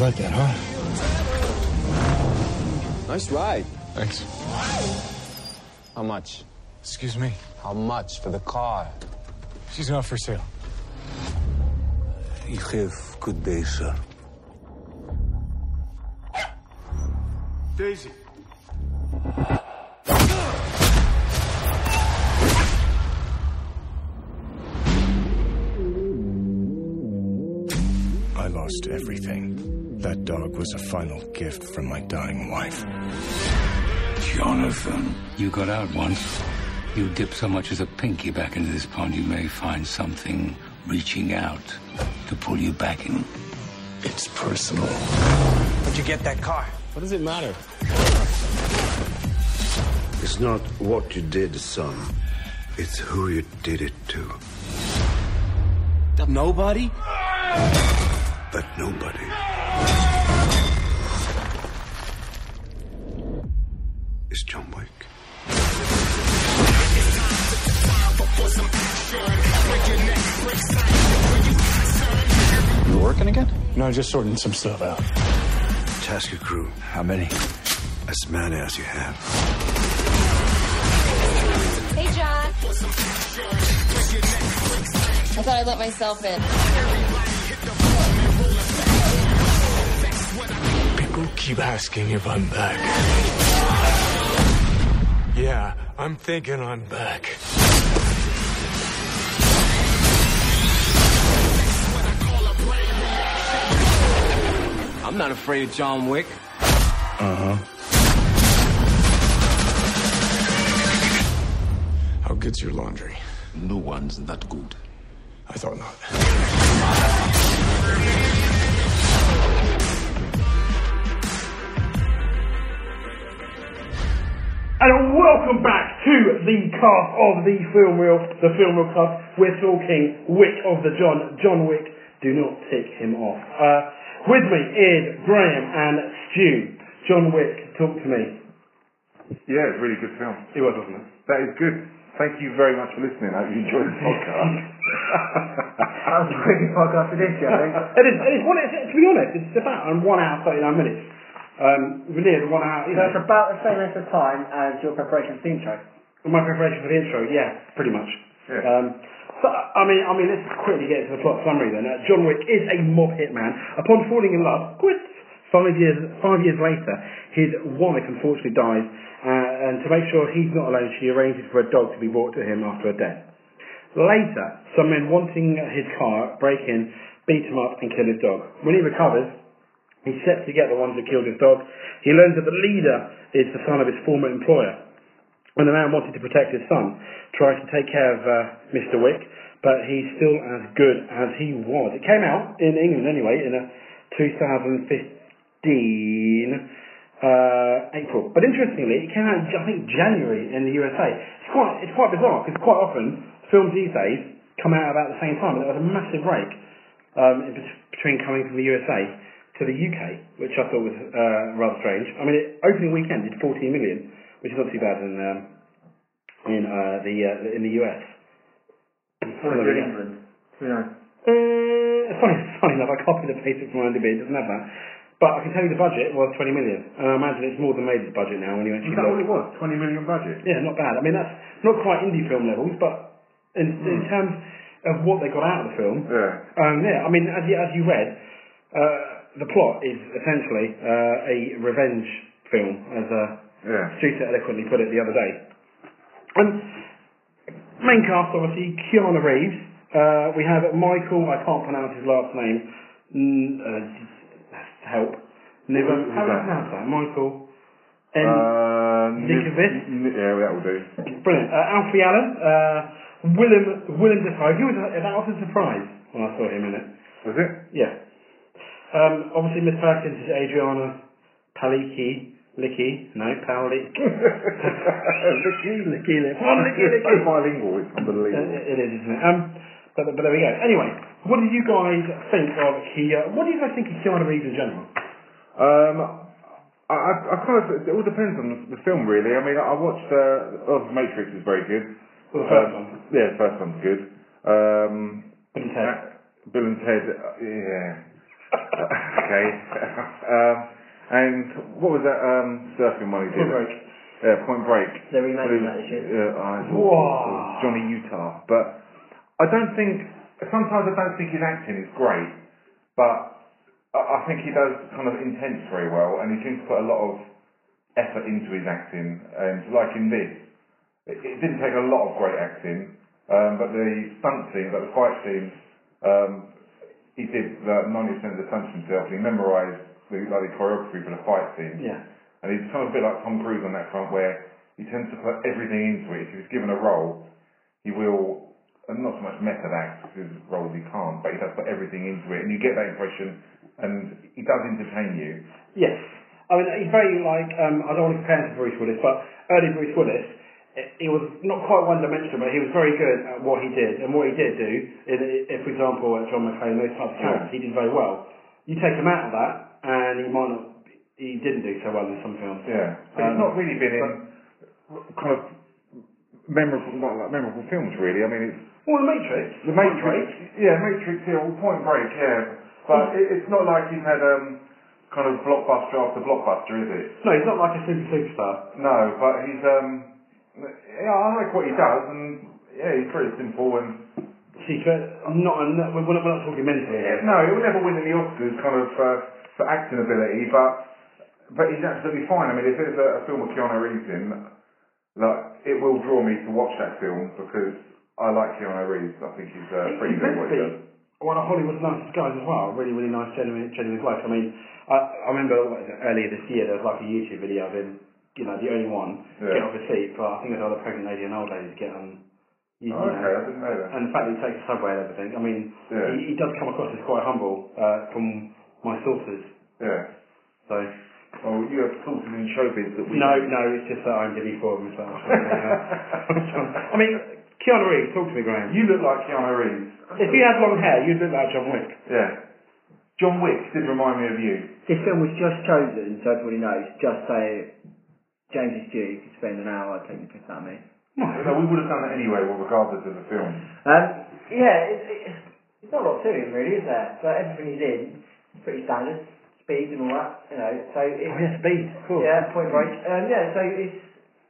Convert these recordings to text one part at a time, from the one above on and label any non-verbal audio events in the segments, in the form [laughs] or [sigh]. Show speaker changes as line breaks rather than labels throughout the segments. like that, huh?
Nice ride.
Thanks.
How much?
Excuse me.
How much for the car?
She's not for sale.
You have good day, sir.
Daisy.
I lost everything. That dog was a final gift from my dying wife.
Jonathan, you got out once. You dip so much as a pinky back into this pond, you may find something reaching out to pull you back in.
It's personal.
Where'd you get that car?
What does it matter?
It's not what you did, son. It's who you did it to.
Nobody?
But nobody. Is John Wick.
You working again? No, just sorting some stuff out.
Task your crew.
How many?
As many as you have.
Hey, John. I thought I let myself in.
People keep asking if I'm back. Yeah, I'm thinking I'm back.
I'm not afraid of John Wick.
How good's your laundry?
No one's that good.
I thought not.
And welcome back to the cast of the film reel, the film reel cast. We're talking Wick of the John, John Wick. Do not tick him off. Uh, with me is Graham and Stu. John Wick, talk to me.
Yeah, it's a really good film.
It was, wasn't it?
That is good. Thank you very much for listening. I hope you enjoyed the podcast.
That was a really podcast it is, Gary.
it is. It is one, it's, to be honest, it's about um, one hour thirty nine minutes. Um, we're near the one hour. you know.
That's about the same length of time as your preparation for the intro.
My preparation for the intro, yeah, pretty much.
Yeah.
Um, so, I mean, I mean, let's quickly get to the plot summary then. Uh, John Wick is a mob hitman. Upon falling in love, quit. Five years, five years later, his wife unfortunately dies, uh, and to make sure he's not alone, she arranges for a dog to be brought to him after a death. Later, some men wanting his car break in, beat him up, and kill his dog. When he recovers, he sets to get the ones who killed his dog. He learns that the leader is the son of his former employer. When the man wanted to protect his son, tries to take care of uh, Mr. Wick, but he's still as good as he was. It came out in England anyway in uh, 2015 uh, April, but interestingly, it came out in, I think January in the USA. It's quite it's quite bizarre because quite often films these days come out about the same time. There was a massive break um, in bet- between coming from the USA to the UK, which I thought was uh, rather strange. I mean, it, opening weekend did 14 million which is not too bad in um, in uh, the uh, in the US.
What is it in England? Who knows?
Uh, funny, [laughs] funny enough, I copied the basic from IMDb. It doesn't have that, but I can tell you the budget was 20 million, and I imagine it's more than made its budget now. When you
[laughs] Is
actually
that
look.
all it was? 20 million budget?
Yeah, not bad. I mean, that's not quite indie film levels, but in, in terms of what they got out of the film,
Hmm. Yeah.
um, yeah, I mean, as you, as you read, uh, the plot is essentially uh, a revenge film, as uh,
Yeah.
Stu so eloquently put it the other day. And main cast, obviously, Keanu Reeves. Uh, we have Michael, I can't pronounce his last name. N- uh, help. Niven,
Who's
how do you
that?
pronounce that? Michael. N-
Uh,
Dickovic?
N- N- yeah, that will do.
Brilliant. Uh, Alfie Allen. Uh, Willem, Willem Dafoe. He was, uh, that was a surprise when I saw him in it.
Was it?
Yeah. Um, obviously, Miss Perkins is Adriana Palicki. Licky. No, [laughs] Palicki.
Licky,
Licky. Licky.
Oh, It's
Licky. Uh,
so bilingual, it's unbelievable.
It it is, isn't it? Um, but, but there we go. Anyway, what do you guys think of Kia? What do you guys think of Keanu Reeves in general?
Um, I, I, I kind of, it all depends on the, the film really. I mean, I watched, uh, oh, The Matrix is very good.
Well, Oh, the first
Um,
one.
Yeah, the first one's good. Um,
Bill and Ted.
Bill and Ted, uh, yeah. [laughs] okay. [laughs] um, and what was that um, surfing one he did?
Point Break.
Yeah, Point Break.
They're remaking that this year.
Yeah, I thought-
Whoa.
Johnny Utah. But I don't think. Sometimes I don't think his acting is great, but I I think he does kind of intense very well, and he seems to put a lot of effort into his acting. And like in this, it, it didn't take a lot of great acting, um, but the stunt scenes, like the fight scenes, um, he did uh, 90% of the stunts himself. He memorised the, like the choreography for the fight scenes.
Yeah.
And he's kind of a bit like Tom Cruise on that front, where he tends to put everything into it. If he's given a role, he will, and not so much method act because roles he can't, but he does put everything into it, and you get that impression, and he does entertain you.
Yes. I mean, he's very like, um, I don't want to compare him to Bruce Willis, but early Bruce Willis, i- he was not quite one dimensional, but he was very good at what he did. And what he did do, is, if, for example, at John McClane, those types of characters, he did very well. You take him out of that, and he might not, he didn't do so well in some films.
Yeah, but
Um,
he's not really been in kind of memorable, not like memorable films really. I mean, it's
Well, The Matrix.
The Matrix. Yeah, Matrix. Yeah, well, Point Break. Yeah, but it, it's not like he's had um kind of blockbuster after blockbuster, is it?
No, he's not like a super superstar.
No, but he's um yeah, I like what he does, and yeah, he's pretty simple and
See, but I'm not, I'm not, we're not, we're not talking mentally here.
Yeah, no, he will never win in the Oscars, kind of uh, for acting ability, but but he's absolutely fine. I mean, if there's a, a film with Keanu Reeves in, like it will draw me to watch that film because I like Keanu Reeves. I think he's uh, pretty good at what he does.
one of Hollywood's nicest guys as well. Really, really nice, genuine, genuine bloke. I mean, I, I remember what was it, earlier this year there was like a YouTube video of him, you know, the only one
Yeah.
get off his seat. But I think there's other pregnant lady and old lady to get on. You,
Oh,
you
okay, I
know,
didn't know that.
and the fact that he takes the subway and everything. I mean,
Yeah.
he, he does come across as quite humble uh, from my sources.
Yeah.
So
Well, you have sources in showbiz that we
no,
don't.
no, it's just that I'm giddy for him. So
[laughs]
I'm trying to, [laughs] uh, [laughs] I mean, Keanu Reeves, talk to me, Graham.
You look like Keanu Reeves.
If you had long hair, you'd look like John Wick.
Yeah. John Wick did remind me of you.
This film was just chosen, so everybody knows. Just say James is due. You could spend an hour taking the piss out of me.
No, we would have done that anyway, well, regardless of the film.
Um, yeah, it, it, it's not a lot to him really, is there? But everything he's in, is pretty standard, speed and all that, you know. So it,
Oh yeah, speed, of course.
yeah, point break. Um, yeah, so it's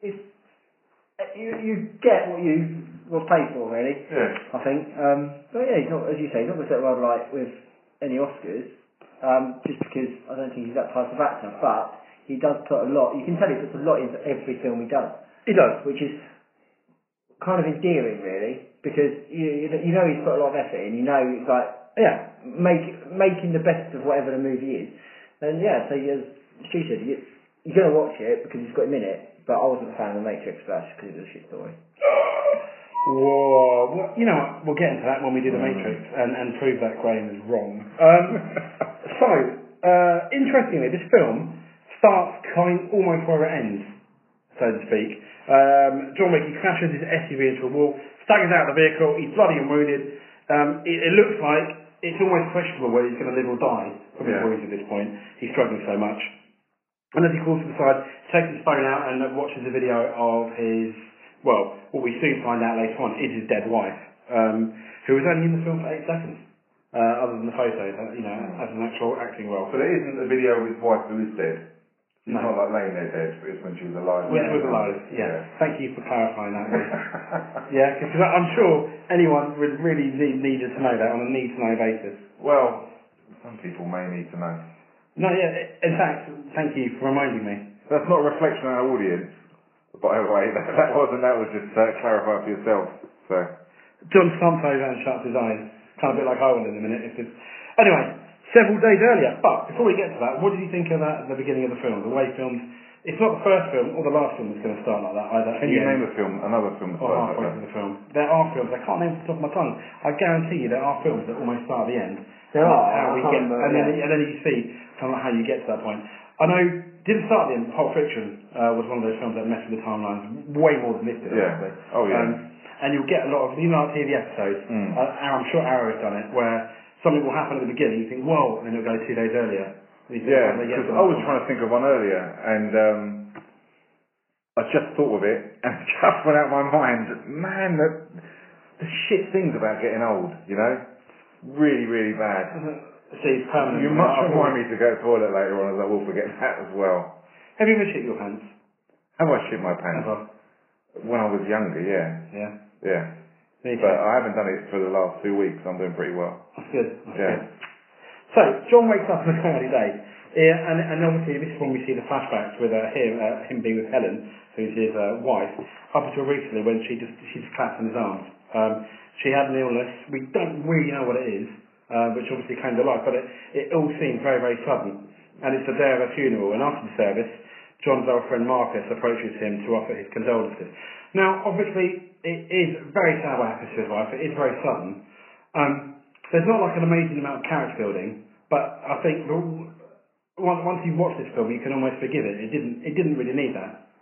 it's uh, you you get what you were paid for really.
Yeah.
I think. Um, but yeah, he's not as you say, he's not going to set the world alight with any Oscars, um, just because I don't think he's that type of actor. But he does put a lot. You can tell he puts a lot into every film he does,
He does.
which is kind of endearing, really, because you you know- you know he's put a lot of effort in. You know, it's like
Yeah.
make making the best of whatever the movie is. And yeah, so you, as she said, you, you're going to watch it because it's got him in it. But I wasn't a fan of The Matrix, but that's because it was a shit story.
Whoa. Well, you know, what, we'll get into that when we do the Matrix and, and prove that Graham is wrong. Um, so, uh, interestingly, this film starts kind almost where it ends, so to speak. Um, John Wick, he crashes his SUV into a wall, staggers out of the vehicle, he's bloody and wounded. Um, it, it looks like it's almost questionable whether he's going to live or die from his
Yeah.
wounds at this point. He's struggling so much. And as he calls to the side, takes his phone out and uh, watches a video of his, well, what we soon find out later on is his dead wife, um, who was only in the film for eight seconds, uh, other than the photo, uh, you know, as an actual acting role.
But it isn't a video of his wife who is dead. It's
No.
not like laying there dead, but it's when she was alive.
Which was alive, yeah. Thank you for clarifying that. [laughs] Liz. yeah, because I'm sure anyone would really need, needed to know that on a need-to-know basis.
[laughs] well, some people may need to know.
No, yeah, in fact, thank you for reminding me.
That's not a reflection on our audience, by the way. That, that wasn't, that was just uh, clarify for yourself. So,
John stumps over and shuts his eyes. Kind of a bit like I will in a minute. If it's... Anyway, several days earlier. But before we get to that, what did you think of that at the beginning of the film? The way films... It's not the first film or the last film that's going to start like that either.
can you name a film, another film?
Or Oh,
that's
halfway through
like
the film. There are films, I can't name off the top of my tongue. I guarantee you there are films that almost start at the end.
There are,
How
I
we
can't
get,
remember,
and, then,
yeah.
and then you see kind of how you get to that point. I know, didn't start at the end, Pulp Fiction uh, was one of those films that messed with the timelines way more than this did,
Yeah.
obviously. Um,
Oh, yeah.
and you'll get a lot of, you know, like TV episodes,
Mm.
uh, and I'm sure Arrow's done it, where something will happen at the beginning, you think, whoa, and then it'll go two days earlier. And you think,
Yeah,
how did they get
because
to
I
that
was
point?
trying to think of one earlier, and um, I just thought of it, [laughs] and it just went out of my mind. Man, the, the shit things about getting old, you know? Really, really bad.
sees permanently.
You must remind me to go to the toilet later on, as I will forget [laughs] that as well.
Have you ever shit your pants?
Have I shit my pants? When I was younger, yeah,
Yeah.
yeah.
There you go.
But I haven't done it for the last two weeks. I'm doing pretty well.
That's good. That's good.
Yeah.
So John wakes up on a cloudy day, yeah, and, and obviously this is when we see the flashbacks with uh, him, uh, him being with Helen, who's his uh, wife, up until recently when she just she just collapsed in his arms. Um, she had an illness. We don't really know what it is, uh, which obviously came to life, but it, it all seemed very very sudden. And it's the day of a funeral, and after the service, John's old friend Marcus approaches him to offer his condolences. Now, obviously, it is very sad what happens to his wife. It is very sudden. Um, there's not like an amazing amount of character building, but I think the, once, once you watch this film, you can almost forgive it. It didn't. It didn't really need that.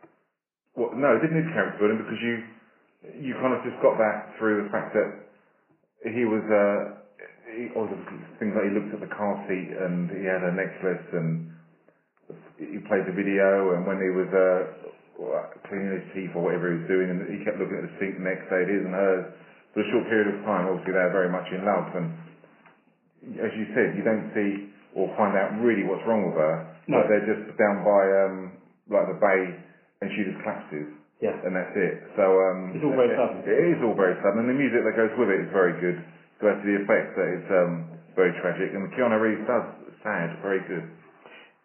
Well, no, it didn't need character building because you you kind of just got that through the fact that he was uh he, all the things like he looked at the car seat and he had a necklace and he played the video and when he was uh cleaning his teeth or whatever he was doing and he kept looking at the seat the next day it is and hers for a short period of time obviously they're very much in love and as you said you don't see or find out really what's wrong with her
No.
but they're just down by um like the bay and she just collapses
Yeah.
and that's it. So um,
It's all very sudden.
It, it is all very sudden, and the music that goes with it is very good. So that's the effect that it's um, very tragic, and Keanu Reeves does sound very good.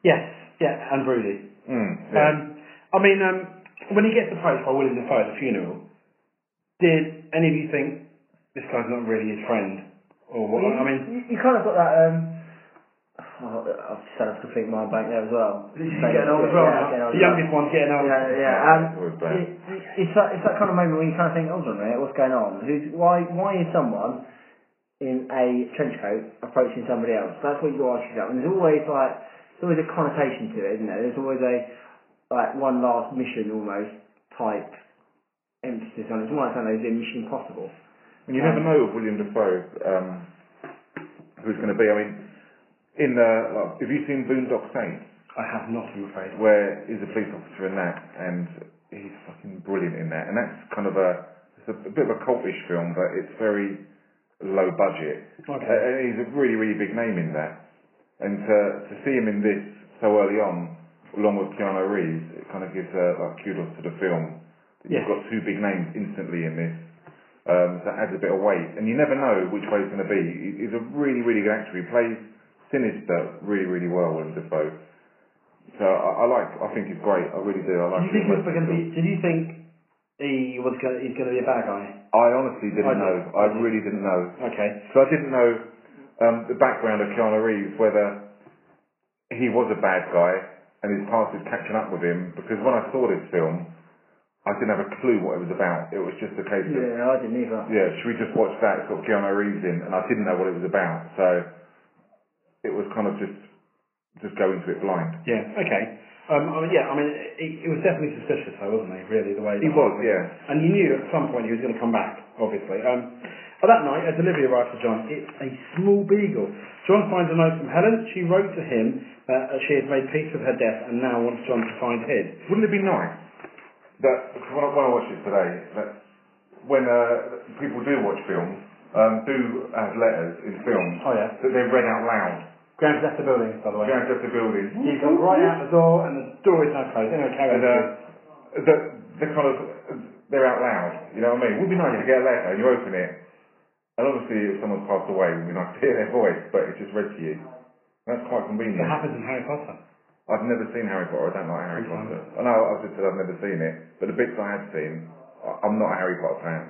Yes. Yeah. And Broody.
Mm, yeah.
Um, I mean, um, when he gets approached by William Defoe at the funeral, did any of you think this guy's not really his friend? Or what? I mean,
you, you kind of got that. Um, oh, I've just had a complete mind blank there as well.
this is getting old as well.
Yeah, getting old as
now. the
well.
youngest one's getting old.
Yeah, yeah.
Yeah,
Um,
it's always bad.
it, it's that it's that kind of moment where you kind of think, hold on a minute, what's going on? Who's why why is someone in a trench coat approaching somebody else? That's what you ask yourself. And there's always like there's always a connotation to it, isn't there? There's always a like one last mission almost type emphasis on it. It's more like something like Mission Impossible.
And you never know with William Defoe um, who's going to be. I mean, in the like, have you seen Boondock Saints,
I have not, I'm afraid.
where he's a police officer in that, and he's fucking brilliant in that, and that's kind of a it's a, bit of a cultish film, but it's very low budget.
Okay.
Uh, and he's a really, really big name in that. And to, to see him in this so early on, along with Keanu Reeves, it kind of gives uh, like kudos to the film. that
Yes.
You've got two big names instantly in this. Um, so it adds a bit of weight. And you never know which way it's going to be. He- He's a really, really good actor. He plays Sinister really, really well, Willem Dafoe. So I, I like, I think he's great. I really do. I
Do
like
you think
him.
he was going to be? Did you think he was going? He's going to be a bad guy?
I honestly didn't
I did.
know. I really didn't know.
Okay.
So I didn't know um, the background of Keanu Reeves, whether he was a bad guy and his past is catching up with him. Because when I saw this film, I didn't have a clue what it was about. It was just a case of
Yeah, I didn't either.
yeah, should we just watch that? It's got Keanu Reeves in, and I didn't know what it was about. So it was kind of just just go into it blind.
Yeah. Okay. Um, I mean, yeah. I mean, it, it was definitely suspicious, though, wasn't he? Really, the way
He
that
was,
happened.
yeah.
And you knew at some point he was going to come back, obviously. Um, at that night, a delivery arrives for John. It's a small beagle. John finds a note from Helen. She wrote to him that uh, she has made peace with her death and now wants John to find his.
Wouldn't it be nice that when I, when I watch it today, that when uh, people do watch films, um, do have letters in films
Oh, yeah.
that they're read out loud.
Graham's left the building, by the way.
Going to the building.
He's gone right out the door, and the door is now closed. Anyway, carry on.
And uh, the, the kind of they're out loud. You know what I mean? Would be nice to get a letter and you open it, and obviously if someone's passed away, it would be nice to hear their voice, but it's just read to you. That's quite convenient.
It happens in Harry Potter.
I've never seen Harry Potter. I don't like Harry
Which one?
Potter. I know I've just said I've never seen it, but the bits I have seen, I- I'm not a Harry Potter fan.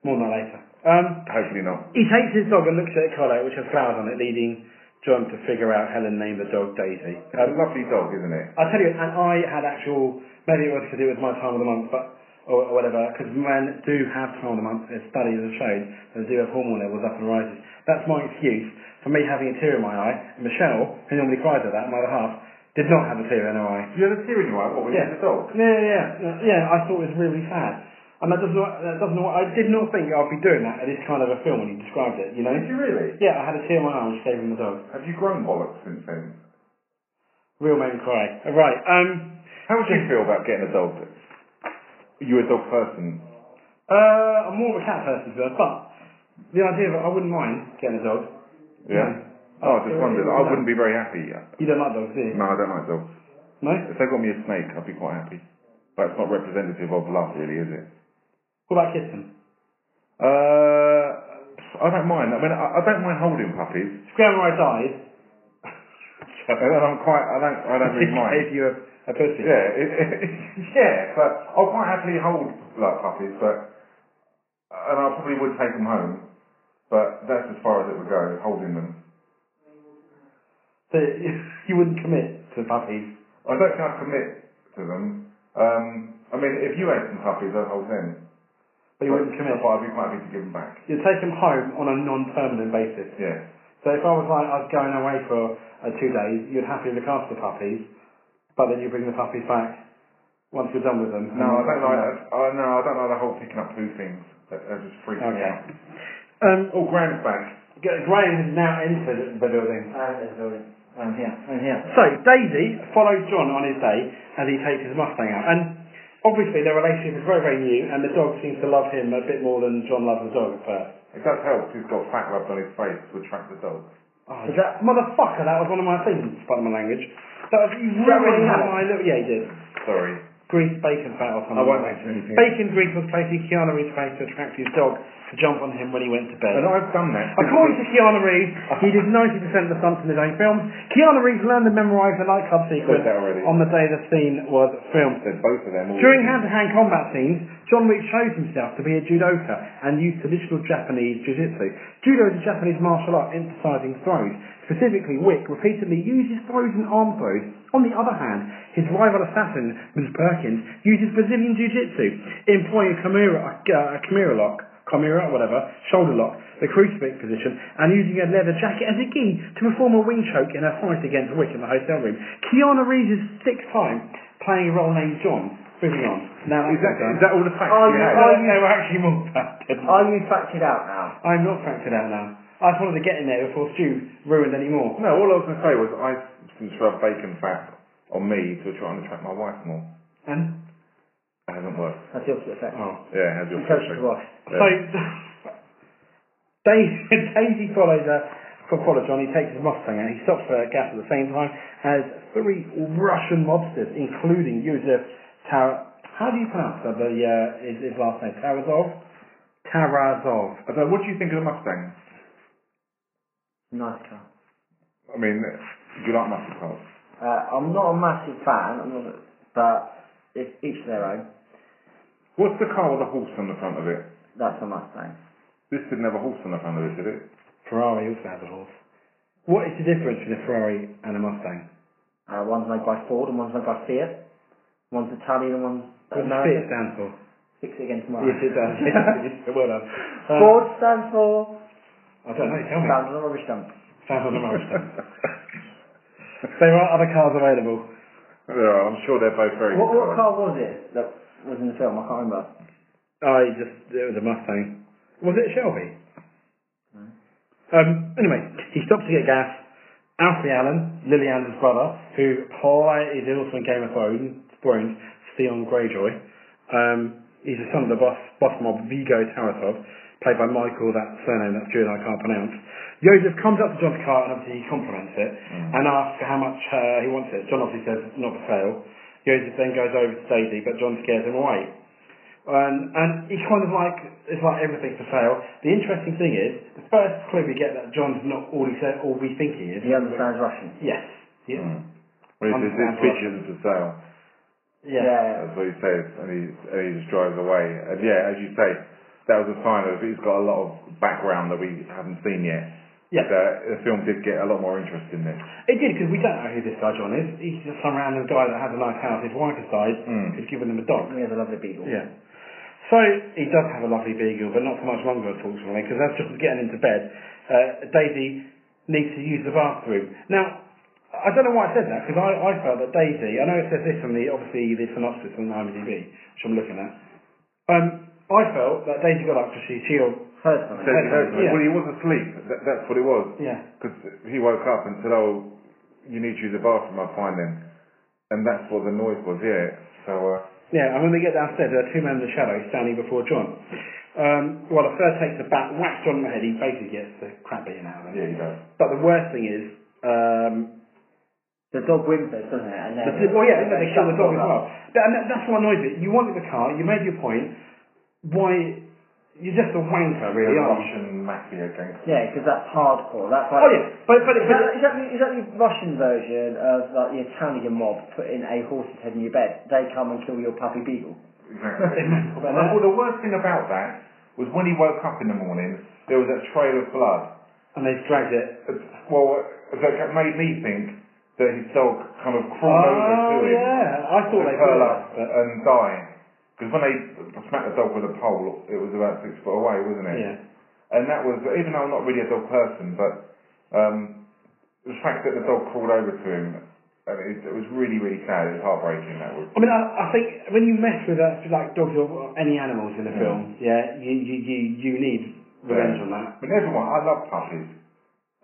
More on that later. Um,
Hopefully not.
He takes his dog and looks at a collar which has flowers on it, leading John to figure out Helen named the dog Daisy. Um,
It's a lovely dog, isn't it?
I tell you, and I had actual, maybe it was because it was my time of the month, but or, or whatever, because men do have time of the month, as studies have shown, that they do have hormone levels up and rising. That's my excuse for me having a tear in my eye, and Michelle, who normally cries at that, my other half, did not have a tear in her eye.
You had a tear in your eye. What was
Yeah.
it? The dog.
Yeah, yeah, yeah. Uh, yeah. I thought it was really sad, and that does not, that does not. I did not think I'd be doing that at this kind of a film when you described it. You know?
Did you really?
Yeah, I had a tear in my eye when she gave him the dog.
Have you grown bollocks since then?
Real men cry. Right. Um.
How would you feel about getting a dog? You a dog person?
Uh, I'm more of a cat person, to be honest, but the idea of it, I wouldn't mind getting a dog.
Yeah. Oh, I just wondered. I wouldn't be very happy.
You don't like dogs, do you?
No, I don't like dogs.
No?
If they got me a snake, I'd be quite happy. But it's not representative of love, really, is it?
What about kitten?
Uh, I don't mind. I mean, I, I don't mind holding puppies. [laughs]
If grandma dies,
And I'm quite. I don't. I don't really mind.
[laughs] if you're a pussy.
Yeah, it, [laughs] yeah, but I'll quite happily hold like puppies, but and I probably would take them home, but that's as far as it would go, holding them.
So [laughs] you wouldn't commit to puppies.
I don't think I commit to them. Um, I mean, if you ate some puppies, I'd hold them.
But you wouldn't commit.
But I'd be quite happy to give them back.
You'd take them home on a non-permanent basis.
Yeah.
So if I was like, I was going away for uh, two days, you'd happily look after the puppies, but then you bring the puppies back once you're done with them.
No, I don't like. I, no, I don't like the whole picking up poo things. That, that just freaks me
Okay.
out.
Um,
Oh, Graham's back.
G- Graham has now entered the Uh, building.
I'm in the building. I'm here. I'm here.
So Daisy follows John on his day as he takes his Mustang out, and obviously their relationship is very, very new, and the dog seems to love him a bit more than John loves the dog at first.
If that helps, he's got fat rubbed on his face to attract the dogs.
Oh, that motherfucker, that was one of my things, pardon my language. That was, you ruined
had
my little, yeah, he did.
Sorry.
Grease bacon fat or something.
I won't mention anything.
Bacon grease was placed in Keanu Reeves' face to attract his dog to jump on him when he went to bed.
And I've done that.
According to Keanu Reeves, he did 90% of the stunts in his own films. Keanu Reeves learned and memorised the nightclub sequence
Said that already.
on the day the scene was filmed.
Said both of them. all-
During hand-to-hand combat scenes, John Wick shows himself to be a judoka and used traditional Japanese jiu-jitsu. Judo is a Japanese martial art emphasizing throws. Specifically, Wick repeatedly uses throws and arm throws. On the other hand, his rival assassin, Ms. Perkins, uses Brazilian jiu-jitsu, employing a kimura, uh, a kimura lock, chimera, whatever, shoulder lock, the crucifix position, and using a leather jacket as a key to perform a wing choke in a fight against Wick in the hotel room. Keanu Reeves is sixth time playing a role named John. Moving on. Now that's
Is that,
all done.
is that all the facts
Oh,
you
yeah.
Oh,
had?
no, actually more factored.
Are you factored out now?
I'm not factored out now. I just wanted to get in there before Stu ruined any more.
No, all I was going to say was I since rubbed bacon fat on me to try and attract my wife more.
And
It hasn't worked.
That's the opposite effect.
oh,
Yeah, how's
You
your
tell us to wash.
so [laughs] Daisy, Daisy follows her. Follows John. He takes his Mustang out. He stops for gas at the same time as three Russian mobsters, including Yusuf Tar. How do you pronounce that? The uh, his, his last name Tarazov. Tarazov.
I don't, what do you think of the Mustang?
Nice car.
I mean, do you like muscle cars?
Uh, I'm not a massive fan, I'm not, but it's each their own.
What's the car with a horse on the front of it?
That's a eh? Mustang.
This didn't have a horse on the front of it, did it?
Ferrari also has a horse. What is the difference between a Ferrari and a Mustang?
Uh, one's made by Ford and one's made by Fiat. One's Italian and one's
What does Fiat
American.
stand for?
Fix it again tomorrow.
Yes, it does.
[laughs]
Yes, well
[laughs]
done. Um,
Ford stands for
I don't know. Tell me.
stands on a rubbish dump.
Sounds on the rubbish dump. There are other cars available.
There are, I'm sure they're both very
[laughs] What,
good
what
cars.
car was it that was in the film? I can't remember.
I just it was a Mustang. Was it a Shelby? Um, anyway, he stops to get gas. Alfie Allen, Lily Allen's brother, who play, is also in Game of Thrones, Thrones Theon Greyjoy. Um, he's the son of the boss, boss mob Vigo Tarasov, played by Michael, that surname that Stuart and I can't pronounce. Joseph comes up to John's car and obviously he compliments it and asks how much uh, he wants it. John obviously says not for sale. Joseph then goes over to Daisy, but John scares him away and Um, and he kind of like it's like everything's for sale. The interesting thing is the first clue we get that John's not all he said, all we think he is.
He understands Russian.
Yes. Yeah.
Mm. Well, he says, this
Understand
bitch isn't for sale.
Yeah.
That's what he says, and he, and he just drives away. And yeah, as you say, that was a sign of he's got a lot of background that we haven't seen yet.
Yeah.
The, the film did get a lot more interest in this.
It did because we don't know who this guy John is. He's just some random guy that has a nice house. His wife has died.
Mm.
Who's given him a dog.
He has a lovely beagle.
Yeah. So he does have a lovely beagle, but not for much longer, unfortunately, because as John's getting into bed, uh, Daisy needs to use the bathroom. Now, I don't know why I said that, because I, I felt that Daisy, I know it says this on the, obviously, the synopsis on IMDb, which I'm looking at. Um, I felt that Daisy got up because she, she,
Personally.
So he heard-
Yeah.
Well, he was asleep. That, that's what it was.
yeah.
Because he woke up and said, "Oh, you need to use the bathroom. I'll find him." And that's what the noise was. Yeah. So uh,
Yeah, and when they get downstairs, there are two men in the shadow standing before John. Um, well, the third takes a bat whacked on the head. He basically gets the crap beaten out of him.
Yeah, he does.
But the worst thing is, um,
The dog whimpers, doesn't it? And then
the, well, yeah, they, they kill
shut
the dog as
up.
well. But, and that, that's what annoys me. You wanted the car, you made your point. Why? You're just a wanker,
The
really, aren't you?
Russian mafia
[laughs]
gangster.
Yeah, because that's hardcore. That's like
Oh yeah, but but,
Is
but
that, is, that the, is that the Russian version of like the Italian mob putting a horse's head in your bed? They come and kill your puppy beagle.
Exactly. and the, well, the worst thing about that was when he woke up in the morning, there was a trail of blood.
and they dragged it.
It's- Well, that that made me think that his dog kind of crawled over to
Oh
him
yeah, I thought
to
they
curl
were,
up
but-
and die. Because when they smacked the dog with a pole, it was about six foot away, wasn't it?
Yeah.
And that was, even though I'm not really a dog person, but um, the fact that the dog crawled over to him, I mean, it, it was really, really sad. It was heartbreaking. That was.
I mean, I, I think when you mess with uh, like dogs or any animals in a film, yeah, you you you, you need revenge on that.
I mean, everyone, I love puppies,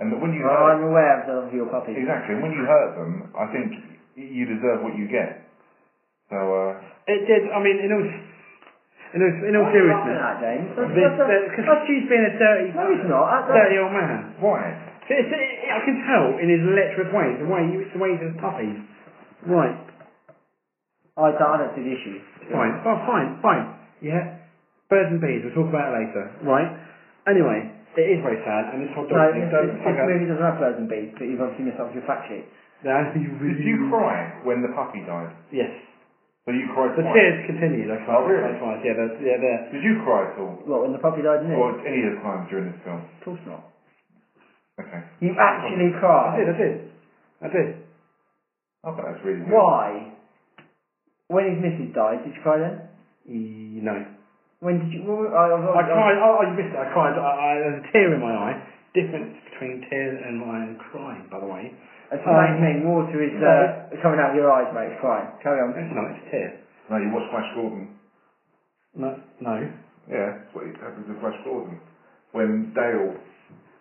and when you hurt,
Oh, I'm aware of the of your puppy.
exactly, and when you hurt them, I think you deserve what you get. So. uh
It did. I mean, in all in all, in all
Why are you laughing at that,
seriousness,
James? That's,
because
that's, that's,
she's being a dirty,
no, it's not. That's, that's,
dirty old man.
Why?
It's, it, I can tell in his lecherous ways, the way he, the way he does puppies. Right,
I don't I don't see the issue.
fine, oh, fine, fine. Yeah, birds and bees. We'll talk about it later. Right. Anyway, it is very sad, and this whole dog
No, this,
thing does.
this, this movie doesn't have birds and bees, but you've obviously missed off your fact sheet.
Yeah, [laughs] you,
Did you cry when the puppy died?
Yes.
So you cried
The
twice.
tears continued. I can't.
Oh, really?
I can't. Yeah, they're, yeah, they're,
Did you cry at all?
What, when the puppy died in it?
Or at any of the time during this film?
of course not.
Okay.
You actually
I did,
cried.
I did, I did.
I thought that's really good.
Why? When his missus died, did you cry then?
E- No.
When did you? Well, I, I,
I cried. Oh, you missed it. I cried. I, I, there's a tear in my eye. Difference between tears and my crying, by the way.
It's
Um,
amazing. Water is uh, coming out of your eyes, mate. It's fine. Carry on.
No, it's a tear.
No, you watched Flash Gordon.
No, no.
Yeah, that's what happened to Flash Gordon. When Dale,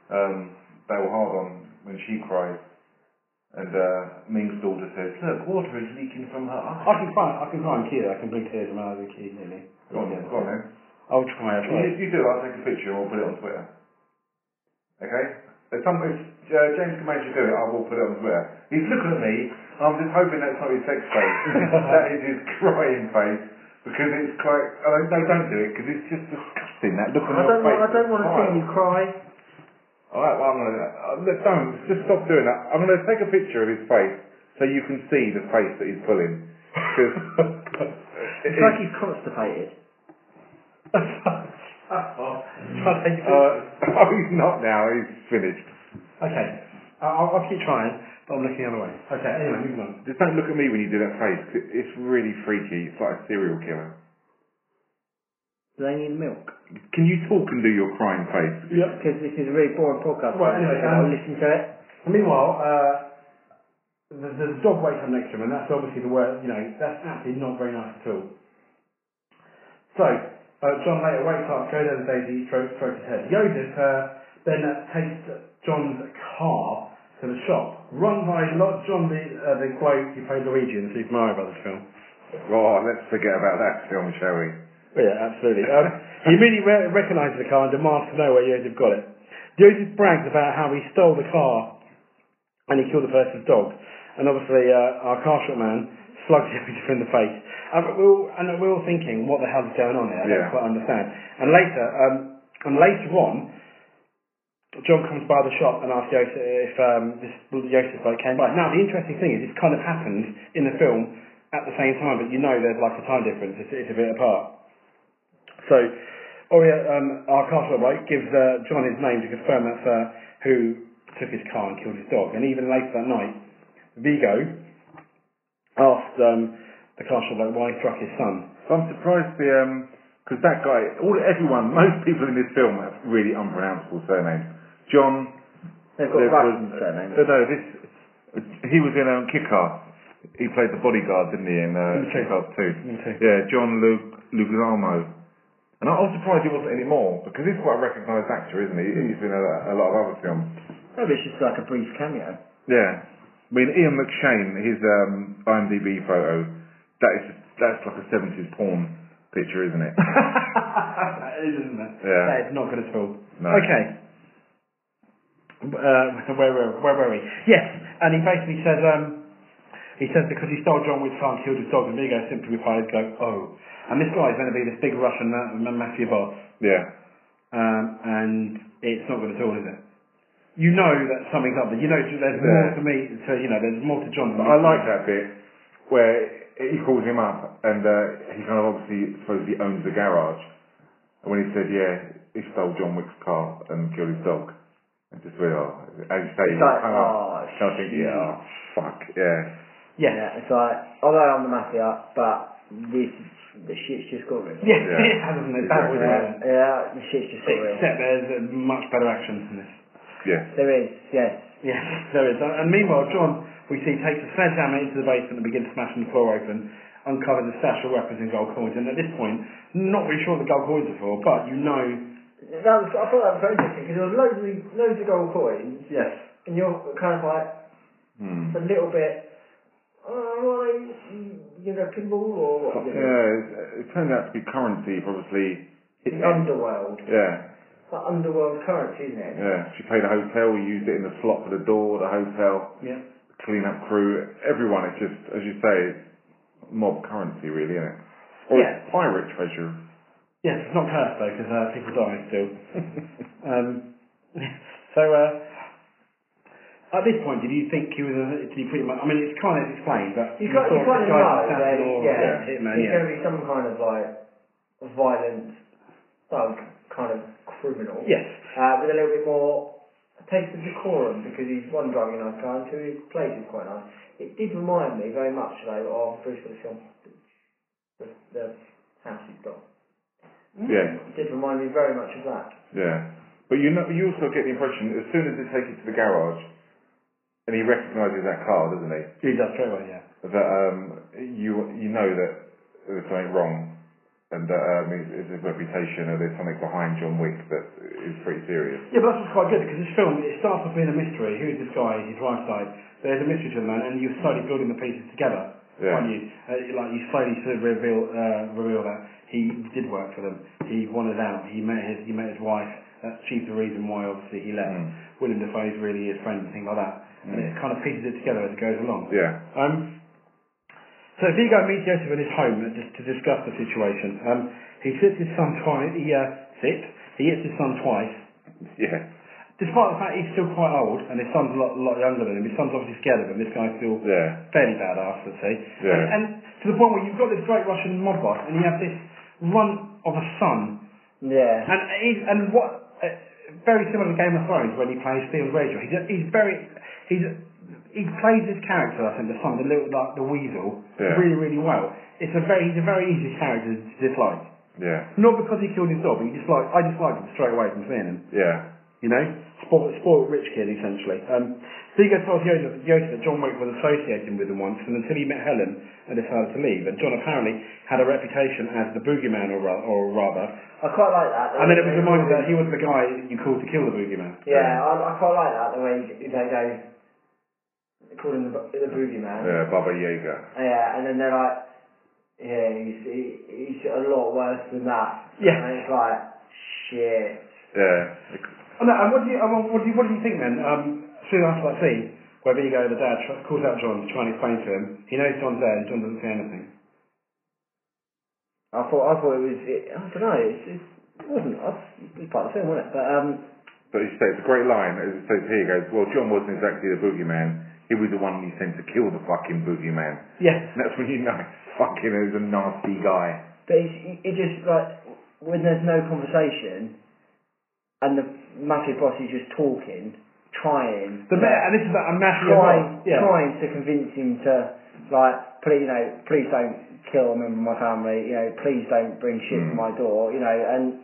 um, Dale Hardon, when she cried, and uh, Ming's daughter says, Look, water is leaking from her
I
eye.
can cry. I can cry and kid. I can bring tears in my eyes and kid nearly.
Go on, then, go on then.
I'll try. I'll
If
try.
you, [laughs] if you do, I'll take a picture and we'll put it on Twitter. Okay? If, some, if uh, James can manage to do it, I will put it on Twitter. He's looking at me, and I'm just hoping that's not his sex
[laughs]
face. that is his crying face. Because it's quite... I don't, no, don't do it, because it's just disgusting, that look on
I
your
don't.
face.
Want, I don't want to see you cry.
Alright, well, I'm going to... Uh, look, don't. Just stop doing that. I'm going to take a picture of his face so you can see the face that he's pulling. Because...
[laughs] It's like he's constipated.
I'll take it.
uh, [laughs] oh, he's not now. He's finished.
okay. I- I'll, I'll keep trying, but I'm looking the other way. Okay. Anyway, moving on.
Just don't look at me when you do that face. 'cause it- It's really freaky. It's like a serial killer.
Do they need milk?
Can you talk and do your crying face?
Yep.
Because this is a really boring podcast.
Right, anyway,
so I'll
um,
listen to it.
Meanwhile, uh, there's, there's a dog waiting up next to him, and that's obviously the word, you know, that's actually not very nice at all. So, uh, John later wakes up, goes over to Daisy, throws, throws his head. Joseph uh, then uh, takes John's car to the shop, run by Lo- John the, uh, the bloke who played Luigi in the Super Mario Brothers film.
Oh, let's forget about that film, shall we?
Yeah, absolutely. Um, he immediately re- recognises the car and demands to know where Joseph got it. Joseph brags about how he stole the car and he killed the person's dog. And obviously, uh, our car shop man slugs [laughs] Joseph in the face. And we're all, and we're all thinking, what the hell's going on here? I
Yeah.
don't quite understand. And later, um, and later on, John comes by the shop and asks Joseph if um, this Joseph bloke came by. Now, the interesting thing is, this kind of happens in the film at the same time, but you know there's like a time difference. It's, it's a bit apart. So, Oria, um, our castle bloke gives uh, John his name to confirm that's uh, who took his car and killed his dog. And even later that night, Vigo asked um, the castle bloke why he struck his son.
I'm surprised the um 'cause that guy, all everyone, most people in this film have really unpronounceable surnames. John.
They've got
there
Russian
was-
surnames.
No, no, this. He was in um, Kick Ass. He played the bodyguard, didn't he? In uh,
In two.
Kick Ass Two.
In two.
Yeah, John Lu- Lugano. And I- I'm surprised he wasn't in it more because he's quite a recognised actor, isn't he? He's been in a, a lot of other films.
Maybe it's just like a brief cameo.
Yeah. I mean, Ian McShane, his um, IMDb photo, that is that's like a 70s porn picture, isn't it? [laughs]
It is, isn't it?
Yeah.
That is not good at all.
No.
Okay. Uh, where, were where were we? Yes, and he basically says, um, he says because he stole John Wick's car and killed his dog, and Vigo simply replies, go, oh. And this guy is meant to be this big Russian ma- ma- mafia boss,
Yeah.
um, and it's not good at all, is it? You know that something's up there. You know there's more
Yeah.
to me, to, you know, there's more to John. than
But I
meets the
like
eye.
that bit where he calls him up and uh, he kind of obviously supposedly owns the garage. And when he said, yeah, he stole John Wick's car and killed his dog. And just really, oh, as you say,
It's
you
like,
kind of,
oh,
kind of think,
shit.
yeah, oh, fuck, yeah.
Yes.
Yeah, it's like, although I'm the mafia, but this, the shit's just got real.
Yes,
Yeah.
[laughs] it hasn't it? That was
Yeah,
it.
yeah, the shit's just got real.
Except there's uh, much better action than this.
Yeah.
There is, yes.
Yes, [laughs] there is. And meanwhile, John, we see, takes a sledgehammer into the basement and begins smashing the floor open, uncovers a stash of weapons and gold coins. And at this point, not really sure what the gold coins are for, but you know.
That was, I thought that was very interesting because there was loads of, loads of gold coins
Yes.
and you're kind of like
Hmm.
a little bit, oh, well, you- you're a pinball or what? you know,
Yeah, it, it turned out to be currency, for obviously.
The underworld.
Yeah,
That underworld currency, isn't it?
yeah. She paid a hotel, we used it in the slot for the door, the hotel,
Yeah.
the clean-up crew, everyone. It's just, as you say, it's mob currency, really, isn't it? Or it's
Yeah.
pirate treasure.
Yes, it's not cursed though, because uh, people die
[laughs]
still. um, [laughs] so, uh, at this point, did you think he was? A, did he pretty much? I mean, it's kind of explained, but
You got, you kind
thought
of know
this guy's an
that,
assassin or
yeah,
a hitman,
he's
yeah.
going to be some kind of like violent thug kind of criminal.
Yes.
Uh, with a little bit more a taste of decorum because he's one driving a nice car and two his place is quite nice. It did remind me very much though of Bruce Willis film, the, the house he's got.
Yeah,
It did remind me very much of that.
yeah. But you know, you also get the impression as soon as they take it to the garage, and he recognises that car, doesn't he?
He does straight away, yeah.
That um, you you know that there's something wrong, and that um, his, his reputation, or there's something behind John Wick that is pretty serious.
Yeah, but that's what's quite good because this film it starts off being a mystery. Who is this guy? His wife died. There's a mystery to the man, and you're slowly building the pieces together,
Yeah.
aren't you? Uh, you- like you slowly sort of reveal uh, reveal that he did work for them. He wanted out. He met his he met his wife. That's she's the reason why obviously he left.
Mm.
William Defoe's really his friend and things like that. And it kind of pieces it together as it goes along.
Yeah. [laughs]
Um, so Vigo meets Joseph in his home to, to discuss the situation. Um, he hits his son twice. He uh, sits. He hits his son twice.
Yeah.
Despite the fact he's still quite old and his son's a lot, lot younger than him, his son's obviously scared of him. This guy's still
Yeah.
fairly badass, let's say.
Yeah.
And, and to the point where you've got this great Russian mob boss and you have this runt of a son.
Yeah.
And he's, and what, uh, very similar to Game of Thrones when he plays Theon's Razor. He's, a- he's very, he's, a- he plays this character, I think, the son, the little, like, the weasel,
Yeah.
really, really well. It's a very, he's a very easy character to dislike.
Yeah.
Not because he killed his dog, but he dislike, I dislike him straight away from seeing him.
Yeah.
You know, spoiled, spoiled rich kid essentially. Um, Vigo tells Joseph, Joseph that John Wick was associated with him once, and until he met Helen, and decided to leave. And John apparently had a reputation as the boogeyman, or, ra- or rather,
I quite like that.
and then it was reminded that he was the guy you called to kill the boogeyman.
Yeah, I, I quite like that the way they go. They call him the, bo- the boogeyman.
Yeah. Baba Yaga.
Yeah, and then they're like, yeah, he's, he, he's a lot worse than that.
Yeah.
And it's like, shit.
Yeah.
And, and what do you, um, what do you, what do you think then? Um, soon after that scene, where Vigo, the dad, tr- calls out John to try and explain to him, he knows John's there, and John doesn't say anything.
I thought, I thought it was, it, I don't know, it's, it's, it wasn't, it was part of the film, wasn't it? But, um,
But he says, it's a great line, as it says here, he goes, well, John wasn't exactly the boogeyman. He was the one you sent to kill the fucking boogeyman. [laughs]
Yes.
And that's when you know, fucking, he was a nasty guy.
but it's, it just, like, when there's no conversation, and the massive boss is just talking, trying,
The man, and this is a, a massive
trying,
yeah.
trying to convince him to, like, please, you know, please don't kill a member of my family, you know, please don't bring shit
Hmm.
to my door, you know, and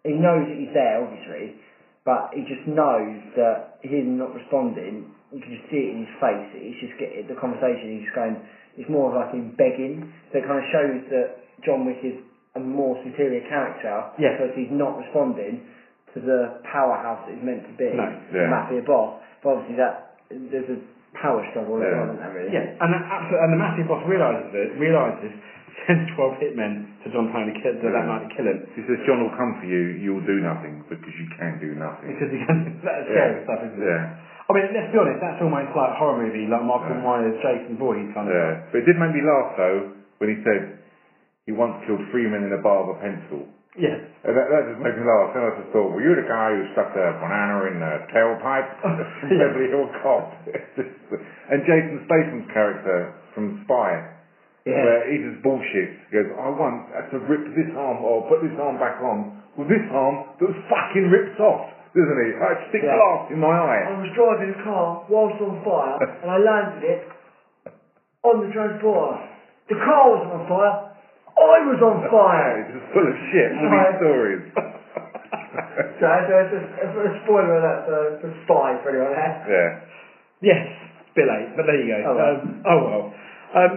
he knows that he's there, obviously, but he just knows that him not responding, you can just see it in his face, he's just getting the conversation, he's just going, it's more of like him begging, so it kind of shows that John Wick is a more superior character,
Yes.
because he's not responding to the powerhouse that he's meant to be,
No,
the
yeah.
mafia boss, but obviously that, there's a power struggle there,
Yeah.
isn't there really?
Yeah, and, that, abso- and the massive boss realizes [laughs] it, realizes sends 12 hitmen to John Town to kill, to that night to kill him.
He says, John will come for you, you'll do nothing because you can do nothing.
Because he
[laughs]
can, that's scary
Yeah.
stuff, isn't it?
Yeah.
I mean, let's be honest, that's almost like horror movie, like Michael
Yeah.
Myers, Jason Voorhees kind of.
Yeah. But it did make me laugh though when he said he once killed three men in a bar with a pencil.
Yes.
And Uh, that, that just made me laugh. Then I just thought, well, you're the guy who stuck a banana in the tailpipe,
[laughs]
Beverly Hill Cop. [laughs] and Jason Statham's character from Spy,
Yeah.
where he just bullshits. He goes, I once had to rip this arm or put this arm back on with this arm that was fucking ripped off, doesn't he? I stick
Yeah.
glass in my eye.
I was driving a car whilst on fire and I landed it on the transporter. The car was on fire. I was on
[laughs]
fire.
It's just full of shit, all these
Right.
stories. [laughs]
So that's a, that's a spoiler alert for, for Spy for anyone there.
yeah.
Yes, bit late, but there you go.
Oh, well.
Um, oh well. Um,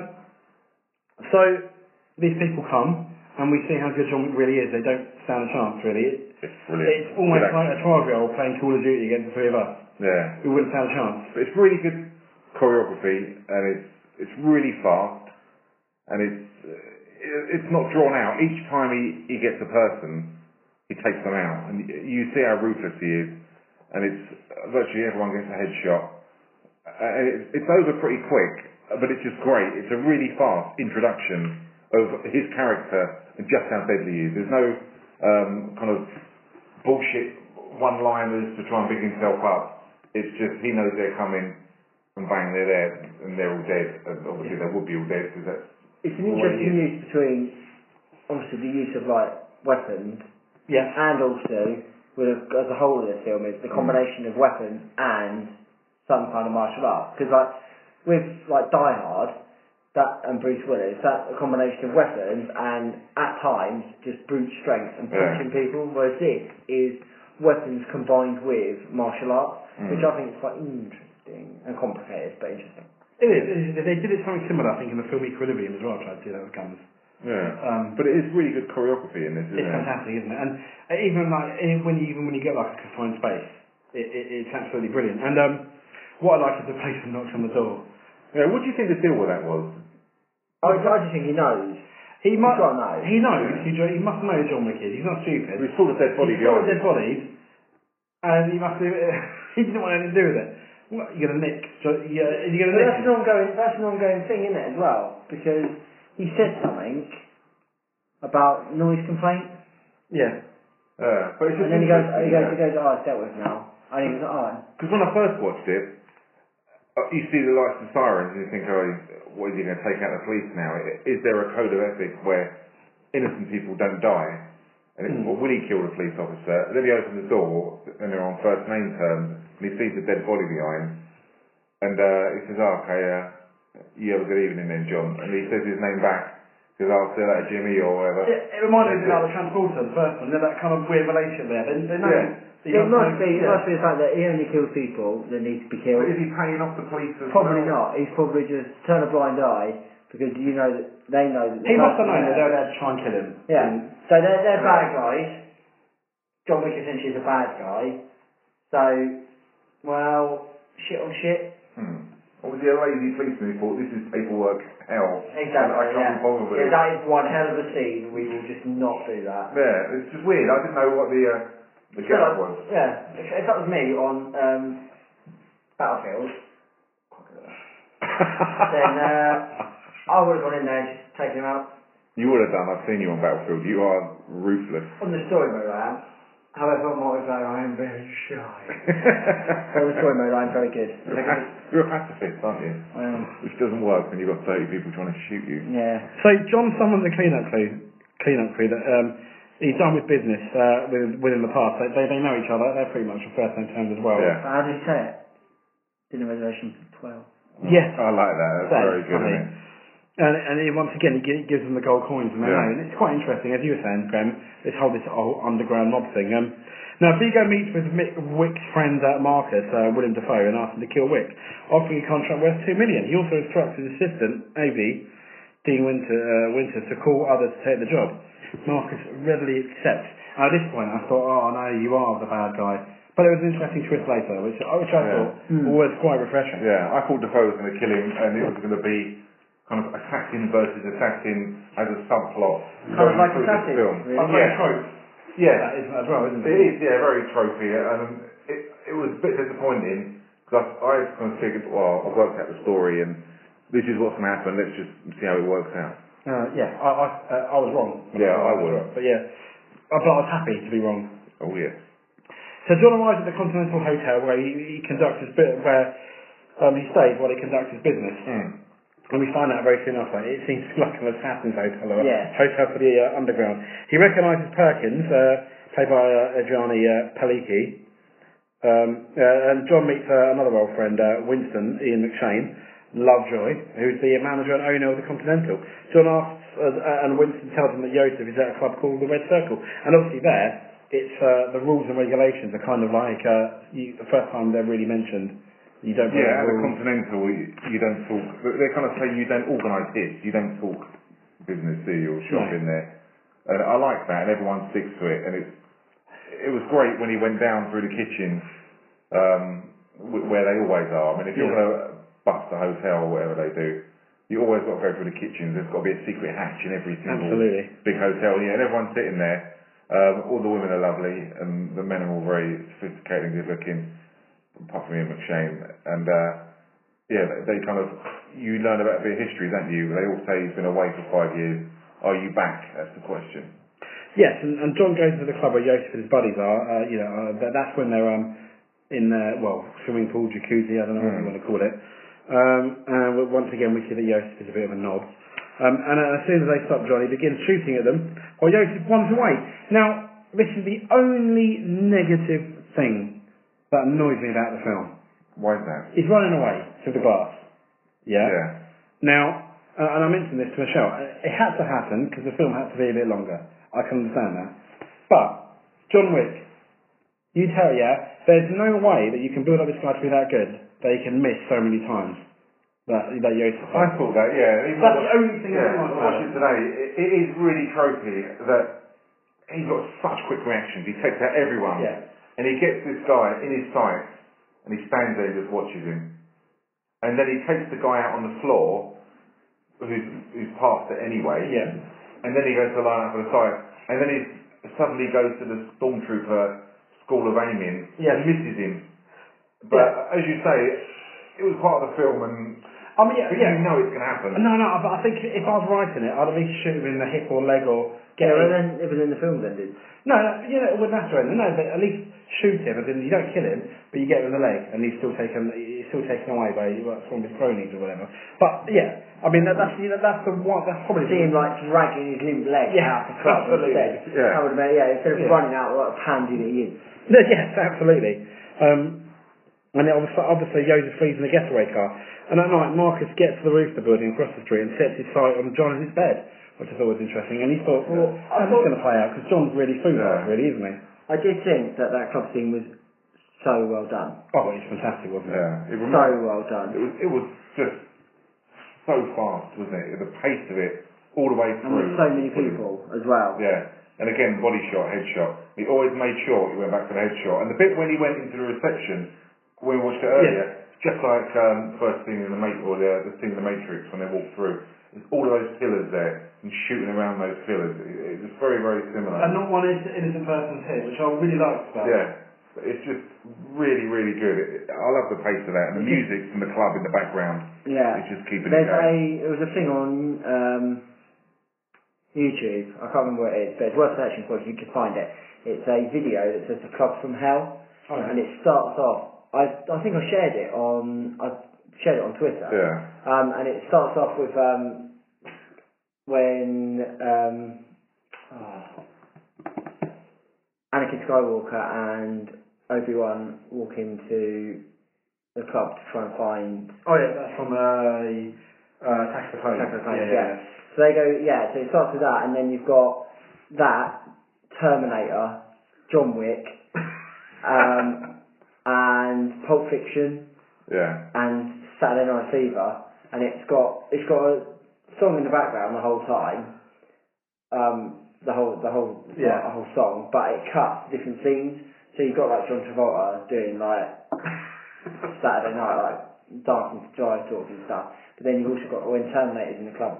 so these people come, and we see how good John Wick really is. They don't stand a chance, really. It,
It's brilliant.
it's almost
Good
like a
action.
12 year old playing Call of Duty against the three of us.
Yeah.
We wouldn't stand a chance.
But It's really good choreography, and it's it's really fast, and it's uh, it's not drawn out. Each time he, he gets a person, he takes them out, and y- you see how ruthless he is. And it's virtually everyone gets a headshot, Uh, and it's, it's over pretty quick. But it's just great. It's a really fast introduction of his character and just how deadly he is. There's no um, kind of bullshit one-liners to try and big himself up. It's just he knows they're coming, and bang, they're there, and they're all dead. And obviously they would be all dead because that's
It's an
Well,
interesting
yeah.
use between obviously the use of like weapons
Yes.
and also with as a whole of this film is the
Mm.
combination of weapons and some kind of martial art. Because like with like Die Hard, that and Bruce Willis, that a combination of weapons and at times just brute strength and
Yeah.
punching people. Whereas this is weapons combined with martial arts,
Mm.
which I think is quite interesting and complicated, but interesting.
It is. It is. They did it something similar, I think, in the film Equilibrium as well. Tried to do that with guns.
yeah.
Um,
But it is really good choreography in this, isn't
it's
it?
fantastic, isn't it? And uh, even like eh, when you even when you get like a confined space, it, it, it's absolutely brilliant. And um, what I like is the policeman knocks on the door.
Yeah, what do you think the deal with that was?
I, I just think he knows.
He must.
gotta know.
He knows. He, he must know John Wick is. He's not stupid.
We saw the dead body
He saw
behind
dead
him.
bodies, and he must. Have, [laughs] he didn't want anything to do with it. What you gonna nick? So, yeah, are you
But
gonna nick?
that's an ongoing that's an ongoing thing, isn't it, as well? Because he said something about noise complaint
Yeah.
Yeah. But it's
and
just
then he goes he
interesting,
goes he
yeah.
goes, Oh, it's dealt with now and he goes, Oh
Because when I first watched it, uh, you see the lights and sirens and you think, oh, what is he going to take out the police now? I- Is there a code of ethics where innocent people don't die? And
Hmm.
it's, well, will he kill the police officer? And then he opens the door and they're on first name terms and he sees the dead body behind and uh, he says, oh, okay, uh, you have a good evening then, John. And he says his name back. He says, I'll see you later, Jimmy, or whatever.
It, it reminded me of the transporter, the first one. They're that kind of weird relation there. They, they know.
Yeah.
They
it
know-
must be it must be the fact that he only kills people that need to be
But
killed.
is he paying off the police as
Probably
well?
not. He's probably just turn a blind eye because you know that they know that the
He must have
person
known that they
there-
were there to try and kill him.
Yeah.
And
So they're they're bad guys. John Wick essentially is a bad guy. So well, shit on shit.
Hmm. Or was he a lazy policeman who thought this is paperwork hell? and I
Exactly.
can't
Yeah.
be bothered with
yeah,
it.
that is one hell of a scene. We will just not do that.
Yeah, it's just weird. I didn't know what the uh, the
So,
gap was.
yeah, if, if that was me on um, Battlefield, then [laughs] uh, I would have gone in there and just taken him out.
[laughs] you would have done. I've seen you on Battlefield. You are
[laughs]
ruthless.
On the story mode, I am. However, on multiplayer, I am very shy. [laughs] On the
[laughs]
story
You're
mode, I'm very good. [laughs]
a pacifist, aren't you?
I am.
Which doesn't work when you've got 30 people trying to shoot you.
Yeah. [laughs]
So John summons a cleanup crew. Cleanup crew that um, he's done with business uh, with, within the past. They, they they know each other. They're pretty much on first name terms as well.
Oh, Yeah.
How did you say it? Dinner reservation for 12.
Yes.
I like that. That's
Same,
very
I
good, isn't
mean.
it?
And, and he, once again, he gi- gives them the gold coins, and they
Yeah.
know. And it's quite interesting, as you were saying, Graham, this whole this whole underground mob thing. Um, now, Vigo meets with Mick Wick's friend uh, Marcus, uh, William Defoe, and asks him to kill Wick, offering a contract worth two million. He also instructs his assistant, A.V. Dean Winter, uh, Winter, to call others to take the job. Marcus readily accepts. At this point, I thought, oh no, you are the bad guy. But it was an interesting twist later, which, which I
Yeah.
thought was quite refreshing.
Yeah, I thought Defoe was going to kill him, and it was going to be kind of assassin versus assassin as a subplot
Kind of
going
like
through
Assassin,
this film.
really.
Like
Yeah.
a trope. Yeah,
That is as well, isn't it?
it is. Yeah, very tropey. Um, it it was a bit disappointing because I, I had kind of figured, well, I've worked out the story and this is what's going to happen. Let's just see how it works out.
Uh, yeah, I I, uh, I was wrong.
Yeah, I was wrong.
But yeah, I, but I was happy to be wrong.
Oh yeah.
So John arrives at the Continental Hotel where he, he conducts his bit, where um, he stays while he conducts his business.
Mm.
And we find out very soon after. It seems [laughs] like an assassin's hotel, or a
Yeah.
hotel for the uh, underground. He recognises Perkins, uh, played by uh, Gianni uh, Paliki. Um, uh, and John meets uh, another old friend, uh, Winston Ian McShane, Lovejoy, who's the manager and owner of the Continental. John asks, uh, uh, and Winston tells him that Yosef is at a club called the Red Circle. And obviously there, it's uh, the rules and regulations are kind of like uh, you, the first time they're really mentioned. You don't break
Yeah, at
the
the
rules.
Continental, you, you don't talk. They kind of say you don't organise this, you don't talk business, do you, or shop
No.
in there. And I like that, and everyone sticks to it. And it's it was great when he went down through the kitchen, um, wh- where they always are. I mean, if you're
Yeah.
going to bust a hotel or whatever they do, you always got to go through the kitchens. There's got to be a secret hatch in every single
Absolutely.
Mm-hmm. big hotel. Yeah, and everyone's sitting there. Um, all the women are lovely, and the men are all very sophisticated and good looking, apart from Ian McShane. And uh, yeah, they- they kind of you learn about their history, don't you? They all say he's been away for five years. Are you back? That's the question.
Yes, and, and John goes to the club where Joseph and his buddies are. Uh, you know, uh, that, that's when they're um, in their well swimming pool, jacuzzi. I don't know what you want to call it. Um, and we- once again, we see that Joseph is a bit of a knob. Um, and uh, as soon as they stop John, he begins shooting at them while Joseph runs away. Now, this is the only negative thing that annoys me about the film.
Why is that?
He's running away to the glass. Yeah.
Yeah.
Now, uh, and I mentioned this to Michelle, uh, it had to happen because the film had to be a bit longer. I can understand that. But, John Wick, you tell, yeah, there's no way that you can build up this guy to be that good that he can miss so many times. That, that Yosef.
I thought that, yeah.
That's
Even though-
the only thing I
yeah,
don't like
I
about
watched it today. It, it is really tropey that he's got such quick reactions. He takes out everyone.
Yeah.
And he gets this guy in his sights and he stands there and just watches him. And then he takes the guy out on the floor who's, who's past it anyway.
Yeah.
And then he goes to line up for the side. And then he suddenly goes to the stormtrooper school of aiming
Yeah.
and misses him. But as you say, it was part of the film and
I mean, yeah,
but
yeah.
you know it's going to happen.
No, no, I, I think if I was writing it, I'd at least shoot him in the hip or leg or
Yeah,
get him.
but then it was in the film's ended.
No, no, you know, well, that's right. No, but at least shoot him. As in, you don't kill him, but you get him in the leg, and he's still taken. He's still taken away by like, some of his cronies or whatever. But yeah, I mean, that, that's you know, that's the one. That's probably
See him like dragging his limp leg
Yeah,
out the club
absolutely.
instead. That
Yeah.
would have been, yeah, instead of
Yeah.
running out like a pansy that he is.
No, yes, absolutely. Um, and then obviously, obviously Joseph flees in the getaway car. And at night, Marcus gets to the roof of the building across the street and sets his sight on John in his bed, which I thought was interesting. And he thought, well, how's this going to play out? Because John's really food,
Yeah.
really, isn't he?
I did think that that club scene was so well done.
Oh, it's fantastic, wasn't it?
Yeah, it,
So
remi-
well done.
it was it was just so fast, wasn't it? The pace of it all the way
And with
through.
so many people as well.
Yeah, and again, body shot, head shot. He always made sure he went back to the head shot. And the bit when he went into the reception, when we watched it earlier, just like um, first scene in the Matrix, or the, the scene in the Matrix when they walk through, there's all of those pillars there and shooting around those pillars. It, it was very, very similar.
And not one innocent person's hit, which I really liked about it.
Yeah. It's just really, really good. It- I love the pace of that and the music from the club in the background.
Yeah.
It's just keeping it
There's
going.
a there was a thing on um, YouTube. I can't remember what it is, but it's worth searching for if you can find it. It's a video that says the club from hell,
Oh, yeah.
and it starts off. I I think I shared it on I shared it on Twitter.
Yeah.
Um, and it starts off with um, when um, oh, Anakin Skywalker and Obi Wan walk into the club to try and find
Oh yeah, that's from uh, uh, Attack of the Clones.
Sacrifice, yeah. So they go, yeah, so it starts with that, and then you've got that, Terminator, John Wick, [laughs] um, and Pulp Fiction,
Yeah.
and Saturday Night Fever, and it's got, it's got a song in the background the whole time, um, the whole, the whole,
Yeah.
the whole song, but it cuts different scenes, so you've got like John Travolta doing like [laughs] Saturday Night, like dark and dry sort of stuff. But then you've also got when Terminator's in the club,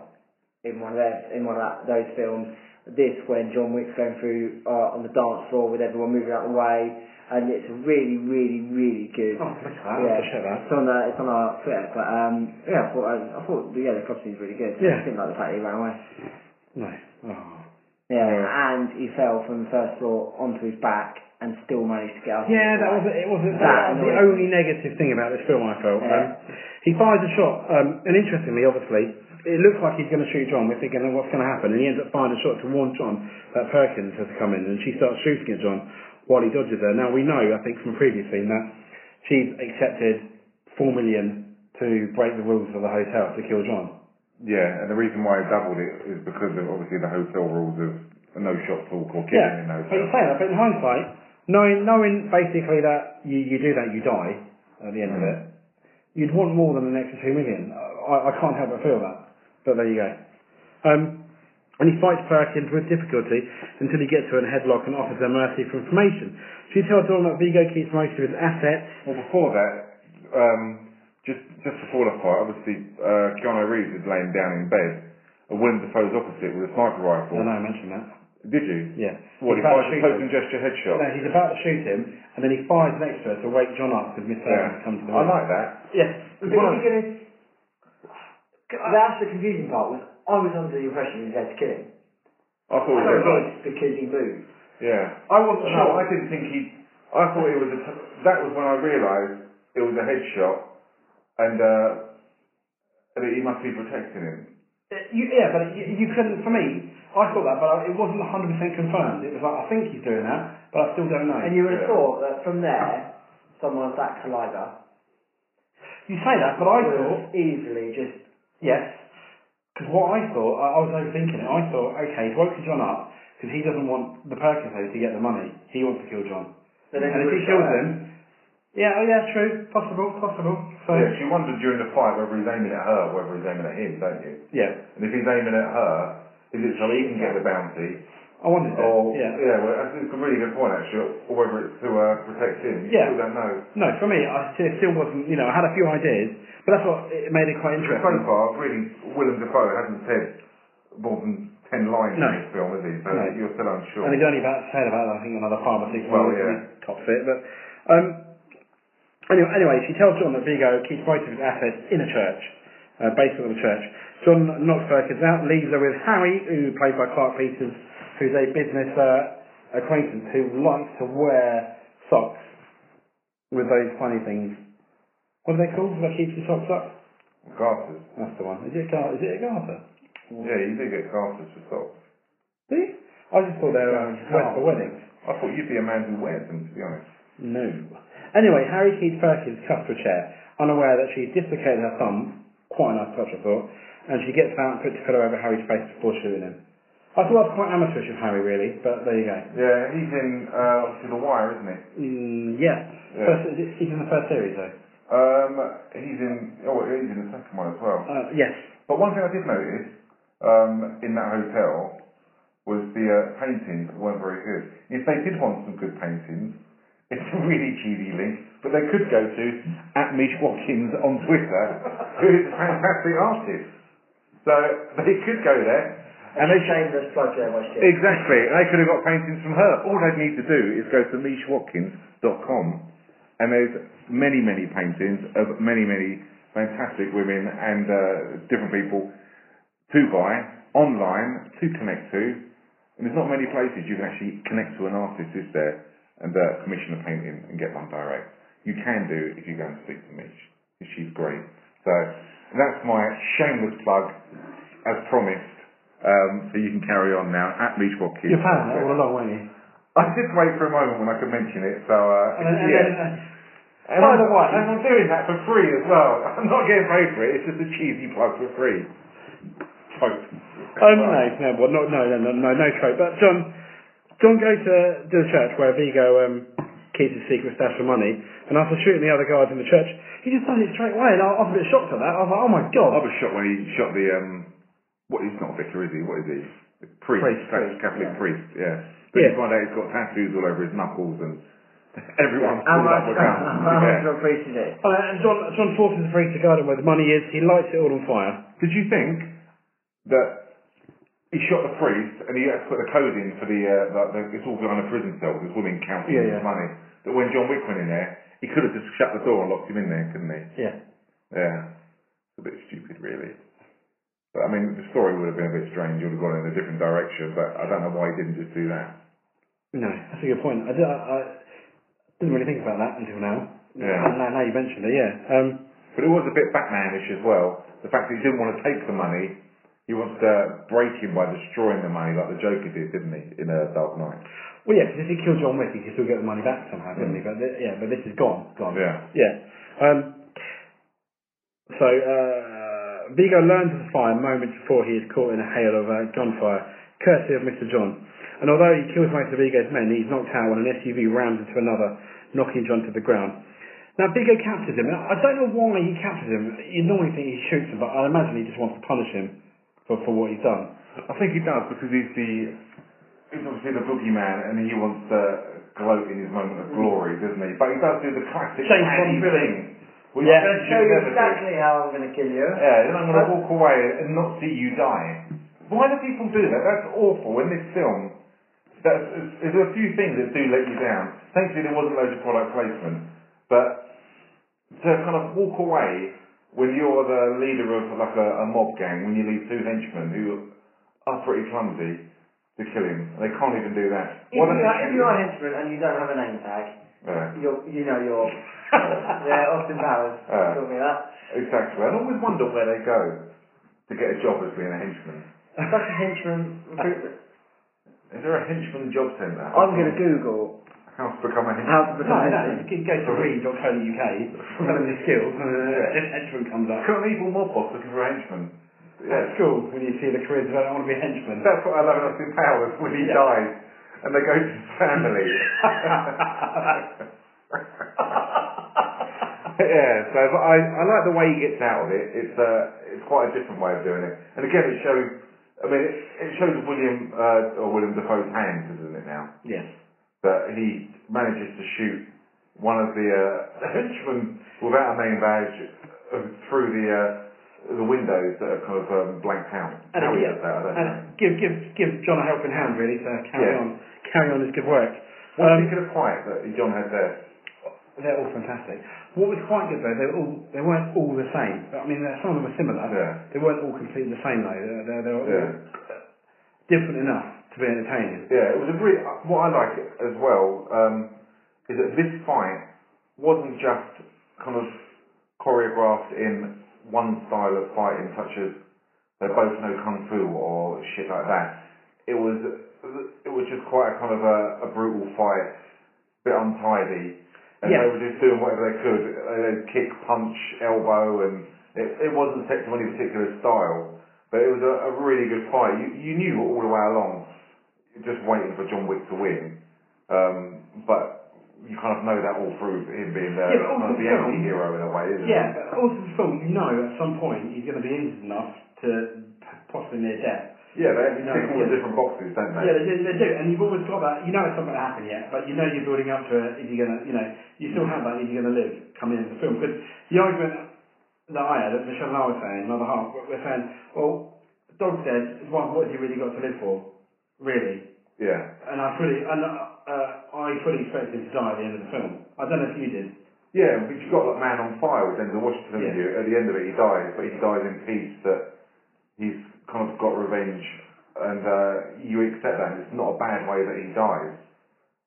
in one of those, in one of that, those films. This when John Wick's going through uh, on the dance floor with everyone moving out of the way, and it's really, really, really good.
Oh, thanks for that. I'll have to check that.
It's on, uh, it's on our Twitter, but um, yeah, I thought, I, I thought, yeah, the club scene's really good. I
Yeah.
didn't like the fact that he ran away.
No. Oh.
Yeah, and he fell from the first floor onto his back and still managed to get out.
Yeah, that was it. Was
That
not that was the
annoyed
only negative thing about this film? I felt um, he fires a shot, um, and interestingly, obviously, it looks like he's going to shoot John. We're thinking, "Oh, what's going to happen? And he ends up firing a shot to warn John that Perkins has come in, and she starts shooting at John while he dodges her. Now we know, I think, from previous scene that she's accepted four million to break the rules of the hotel to kill John.
Yeah, and the reason why I doubled it is because of obviously the hotel rules of no shot talk or killing in a
but
hotel.
you say that, but in hindsight, knowing knowing basically that you, you do that, you die at the end
Mm.
of it. You'd want more than an extra two million. I, I can't help but feel that. But there you go. Um, and he fights Perkins with difficulty until he gets her in a headlock and offers her mercy for information. She tells John that Vigo keeps most of his assets.
Well, before that, um, just just before the fight, obviously uh, Keanu Reeves is laying down in bed, and Willem Dafoe's opposite with a sniper
I
rifle.
know I mentioned that.
Did you?
Yeah.
What?
He's
He
about to
fires a
shoot
close
him.
and gesture headshot.
No, he's about to shoot him, and then he fires next to her to wake John up because Miss Perkins comes to the
I
room.
like that.
Yes.
But is he gonna? That's the confusing part. Was I was under the impression he was there to kill him.
I
I
thought it was.
don't know it's because he moved.
Yeah. I wasn't sure. I didn't think he. I thought it was a. T- that was when I realised it was a headshot, and uh, that he must be protecting him.
You, yeah, but you, you couldn't. For me, I thought that, but it wasn't 100 percent confirmed. It was like I think he's doing that, but I still don't know.
And you would have
Yeah.
thought that from there, someone of that caliber
you say that, but I
would
thought
have easily just
yes, because what I thought, I, I was overthinking it. I thought, okay, he's woken John up because he doesn't want the Perkins lady to get the money. He wants to kill John,
But then he
and if he
would've
kills
shot her.
him, yeah, oh yeah, true, possible, possible. So
Yeah, you wondered during the fight whether he's aiming at her, whether he's aiming at him, don't you?
yeah,
And if he's aiming at her, is it so he can get the bounty?
I wondered. that, Oh,
Or
yeah.
well, that's it's a really good point actually. Or whether it's to uh, protect him. You
Yeah.
still don't know.
No, for me, I still, still wasn't. You know, I had a few ideas, but that's what it made it quite
So
interesting.
far, really, Willem Dafoe hasn't said more than ten lines
No.
in this film, has he? So
No.
you're still unsure.
And he's only about said about I think another five or six
Well,
months
yeah.
he tops it. But um, anyway, anyway, she tells John that Vigo keeps most of his assets in a church, uh, basement of a church. John knocks Perkins out, leaves her with Harry, who played by Clark Peters, who's a business uh, acquaintance who likes to wear socks with those funny things. What are they called? That keeps your socks up.
Garters.
That's the one. Is it a gar- is it a garter?
Yeah, you do get garters for socks.
See, I just thought they were um, wet for weddings.
I thought you'd be a man who wears them, to be honest.
No. Anyway, Harry Keith Perkins cuffed to a chair, unaware that she's dislocated her thumb, quite a nice touch I thought, and she gets out and puts a pillow over Harry's face before shooting him. I thought that was quite amateurish of Harry really, but there you go.
Yeah, he's in uh, obviously The Wire, isn't he?
Mm, yeah.
Yeah.
First, he's in the first series though.
Um, he's in. Oh, he's in the second one as well.
Uh, yes.
But one thing I did notice um, in that hotel was the uh, paintings weren't very good. If they did want some good paintings, [laughs] it's a really cheesy link, but they could go to at Mish Watkins on Twitter, who is a fantastic artist. So they could go there, and they should
shameless plug there, my shit.
Exactly. They could have got paintings from her. All they'd need to do is go to mishwatkins.com and there's many, many paintings of many, many fantastic women and uh, different people to buy online, to connect to. And there's not many places you can actually connect to an artist, is there, and uh, commission a painting and get one direct. You can do if you go and speak to Mish. 'cause She's great. So that's my shameless plug, as promised. Um, so you can carry on now at Mish Watkins.
You're planning that all along, weren't you?
I did wait for a moment when I could mention it, so uh,
And, and,
yeah.
and, and,
And by the way, and I'm doing that for free as well. [laughs] I'm not getting paid for it. It's just a cheesy plug for free. Hope.
Um, no, no, well, not, no, no, no, no, no trope. But John, John goes to the church where Vigo um, keeps his secret stash of money, and after shooting the other guards in the church, he just does it straight away, and I, I was a bit shocked at that. I was like, oh my god.
I was shot when he shot the um. What he's not a vicar, is he? What is he? Priest,
Priest,
Catholic
priest,
Catholic
yeah.
priest. Yeah. But you
Yeah.
find out he's got tattoos all over his knuckles and [laughs] Everyone's
How
pulled
much,
up with
[laughs]
guns.
how much
Yeah.
do I appreciate it?
Uh, and John, John forces the freak to garden where the money is. He lights it all on fire.
Did you think that he shot the priest and he had to put the code in for the, uh, the, the it's all behind a prison cell, this woman counting
Yeah,
his
yeah.
money. That when John Wick went in there, he could have just shut the door and locked him in there, couldn't he?
Yeah.
Yeah. It's a bit stupid, really. But I mean, the story would have been a bit strange. It would have gone in a different direction, but I don't know why he didn't just do that.
No, that's a good point. I, di- I, I didn't really think about that until now.
Yeah.
Now, now you mentioned it, yeah. Um,
But it was a bit Batmanish as well. The fact that he didn't want to take the money, he wants to break him by destroying the money, like the Joker did, didn't he, in a Dark Knight?
well, yeah, because if he killed John Wick, he could still get the money back somehow, couldn't he? But th- yeah, but this is gone, gone.
Yeah.
Yeah. Um, so uh, Vigo learns of the fire moments before he is caught in a hail of uh, gunfire, courtesy of Mr. John. And although he kills most of Vigo's men, he's knocked out when an SUV rams into another, knocking John to the ground. Now Vigo captures him. Now, I don't know why he captures him. You normally think he shoots him, but I imagine he just wants to punish him for, for what he's done.
I think he does because he's the he's obviously the boogeyman and he wants to gloat in his moment of glory, doesn't he? But he does do the classic
James Bond
Andy
villain.
thing. Well,
Yeah.
I'm
yeah,
going to show you exactly how I'm going to kill you.
Yeah, then I'm going to walk away and not see you die. Why do people do that? That's awful. In this film, that's, there's a few things that do let you down. Thankfully, there wasn't loads of product placement, but to kind of walk away when you're the leader of like a, a mob gang, when you leave two henchmen who are pretty clumsy to kill him, they can't even do that.
If,
Why
you
don't
are,
they
if
shoot
you are
him?
an instrument and you don't have a name tag,
Yeah.
you're, you know you're [laughs] yeah, Austin Powers.
Yeah.
Call me that.
Exactly. I always wonder where they go to get a job as being a henchman.
Such a henchman recruitment.
Is there a henchman job centre?
I'm going to Google
How to become a henchman.
how to become a henchman.
can go to read.co.uk, tell him [laughs] the skills, and uh, an entrant comes up.
I've got an evil mob boss looking for a henchman.
That's cool when you see the careers of I don't want to be a henchman.
That's what I love in Austin Powers when he
Yeah.
dies and they go to his
[laughs]
family. yeah, so but I, I like the way he gets out of it. It's uh, it's quite a different way of doing it. And again, it shows. I mean, it, it shows William uh, or William Defoe's hands, isn't it now?
Yes.
That he manages to shoot one of the uh, [laughs] henchmen without a name badge uh, through the uh, the windows that are kind of um, blanked out. How he does that, I don't
and
know.
give give give John a helping hand really to carry
Yeah.
on carry on his good work.
What do you
Um,
think of the fight that John had there?
they're all fantastic. What was quite good though, they were all they weren't all the same. I mean, there- some of them were similar.
Yeah.
They weren't all completely the same though. They're, they're, they're all
Yeah.
different enough to be entertaining.
Yeah, it was a really. What I like as well um, is that this fight wasn't just kind of choreographed in one style of fighting, such as they both know kung fu or shit like that. It was it was just quite a kind of a, a brutal fight, a bit untidy, and
Yeah.
they were just doing whatever they could. They'd kick, punch, elbow, and it, it wasn't set to any particular style. But it was a, a really good fight. You, you knew all the way along just waiting for John Wick to win. Um, but you kind of know that all through him being the,
Yeah, but
kind
also
of the
John-
anti-hero in a way, isn't
Yeah,
it?
but also the film, you know, at some point he's going to be injured enough to possibly near death.
Yeah, they actually
No,
tick all the
yeah.
different boxes, don't they?
Yeah, they, do- they do, and you've always got that. You know it's not going to happen yet, but you know you're building up to it. Is he going to, you know, you still have that. Is he going to live? Coming into the film because the argument that I had, that Michelle and I were saying, another half, we're saying, well, dog's dead. What, what has he really got to live for? Really?
yeah.
And I fully, and uh, I fully expected him to die at the end of the film. I don't know if you did.
Yeah, but you've got like Man on Fire with Denzel Washington, haven't
Yeah.
you? At the end of it, he dies, but he dies in peace that he's kind of got revenge, and uh, you accept that. It's not a bad way that he dies,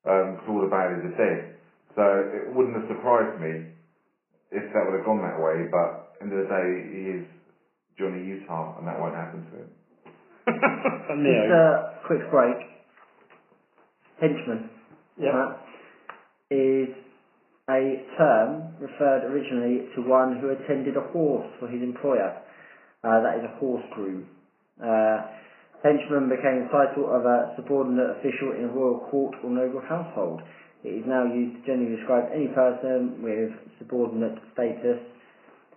because all the bad is dead. So it wouldn't have surprised me if that would have gone that way, but end of the day, he is Johnny Utah, and that won't happen to him.
Just a quick break. Henchman.
Yeah.
That is a term referred originally to one who attended a horse for his employer. Uh, that is a horse groom. Uh, henchman became the title of a subordinate official in a royal court or noble household. It is now used to generally describe any person with subordinate status,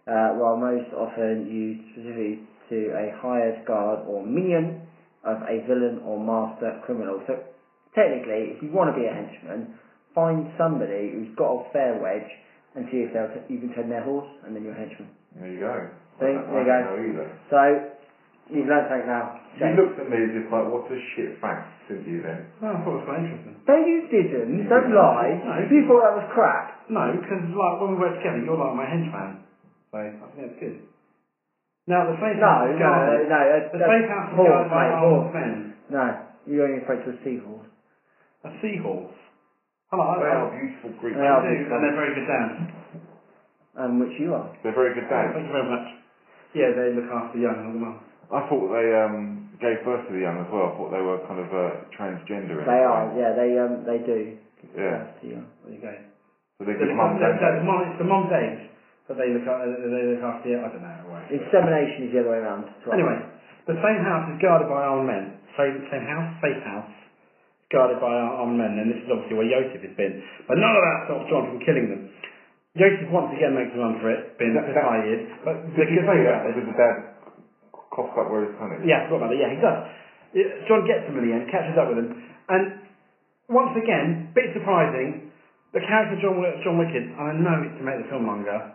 uh, while most often used specifically to a hired guard or minion of a villain or master criminal. So technically, if you want to be a henchman, find somebody who's got a fair wedge and see if they'll t- you can turn their horse and then you're a henchman.
There you go.
See?
I don't
There you go.
know either.
So you've learned something now.
You looked at me as if like, what a shit fact, didn't you then?
Oh, I thought it was quite interesting.
No, you didn't. Don't
did.
lie.
No.
You thought that was crap.
No, because like when we work together, you're like my henchman. So I think that's good. Now the face
No,
house
no, no,
garden-
no.
The
that's
face house
horse,
guard by
mate,
Arnold
horse.
Fenn.
No, you only referred to a seahorse.
A seahorse. Hello.
They are beautiful Greek.
They are
They do,
beautiful.
and they're very good dancers.
Um, which you are.
They're very good
Thank
dads.
you very much. Yeah, they look after young as well.
I thought they um, gave birth to the young as well. I thought they were kind of uh, transgender. in
They
a
are.
way.
Yeah, they um, they do.
Yeah.
Yes, you are.
There you go.
So they
They
give
look
mum
after,
and
they're-
dad.
the mom, it's the mom's age, but they look, a- they look after it, I don't know, in a way.
Insemination is the other way around. It's right.
Anyway, the same house is guarded by armed men. Same, same house, safe house, guarded by ar- armed men. And this is obviously where Yosef has been. But none of that stops John from killing them. Yosef once again makes a run for it, being
That-
that,
that-
five years. But
Did you say that? Did the dad cough up where his son is?
Yeah, I forgot about that. Yeah, he does. Yeah, John gets him in the end, catches up with him. And once again, bit surprising, the character John, Wick- John Wicked, and I know it's to make the film longer,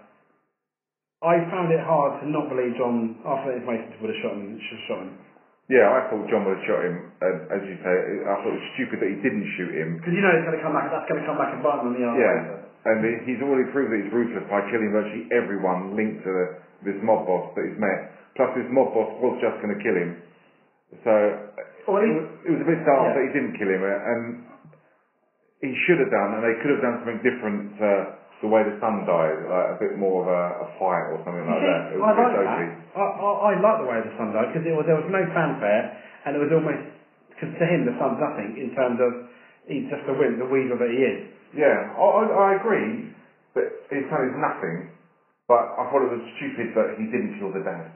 I found it hard to not believe John, after that information, would have shot him, should have shot him.
Yeah, I thought John would have shot him. As, as you say, I thought it was stupid that he didn't shoot him.
Because you know it's going to come back. That's going to come back and bite them in the arm. later.
Yeah, and he- he's already proved that he's ruthless by killing virtually everyone linked to the, this mob boss that he's met. Plus, this mob boss was just going to kill him. So
Well, he-
it, was, it was a bit daft
Yeah.
that he didn't kill him, uh, and he should have done, and they could have done something different to the way the son died, like a bit more of a, a fight or something
You
like
see,
that. It
I
was a bit
like that.
dodgy.
I, I, I like the way the sun died because it was there was no fanfare and it was almost because to him the sun's nothing in terms of he's just the wimp, the weasel that he is.
Yeah, I, I, I agree that his son is nothing, but I thought it was stupid that he didn't kill the dad.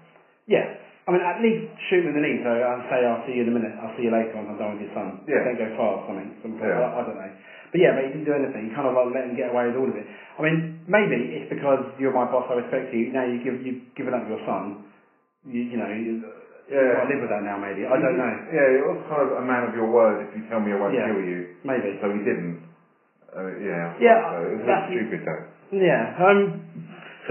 Yeah. I mean, at least shoot him in the knee, so I'll say, I'll see you in a minute, I'll see you later once I'm done with your son.
Yeah.
Don't go far or something. Some
Yeah.
I, I don't know. But yeah, but he didn't do anything. He kind of like let him get away with all of it. I mean, maybe it's because you're my boss, I respect you. Now you give, you've given up your son. You, you know, you,
Yeah.
I live with that now, maybe. I don't know.
Yeah, it was kind of a man of your word. If you tell me I won't
Yeah.
kill you,
Maybe.
so he didn't. Uh, yeah.
Yeah,
So it was a bit
that's-
stupid though.
Yeah. Um,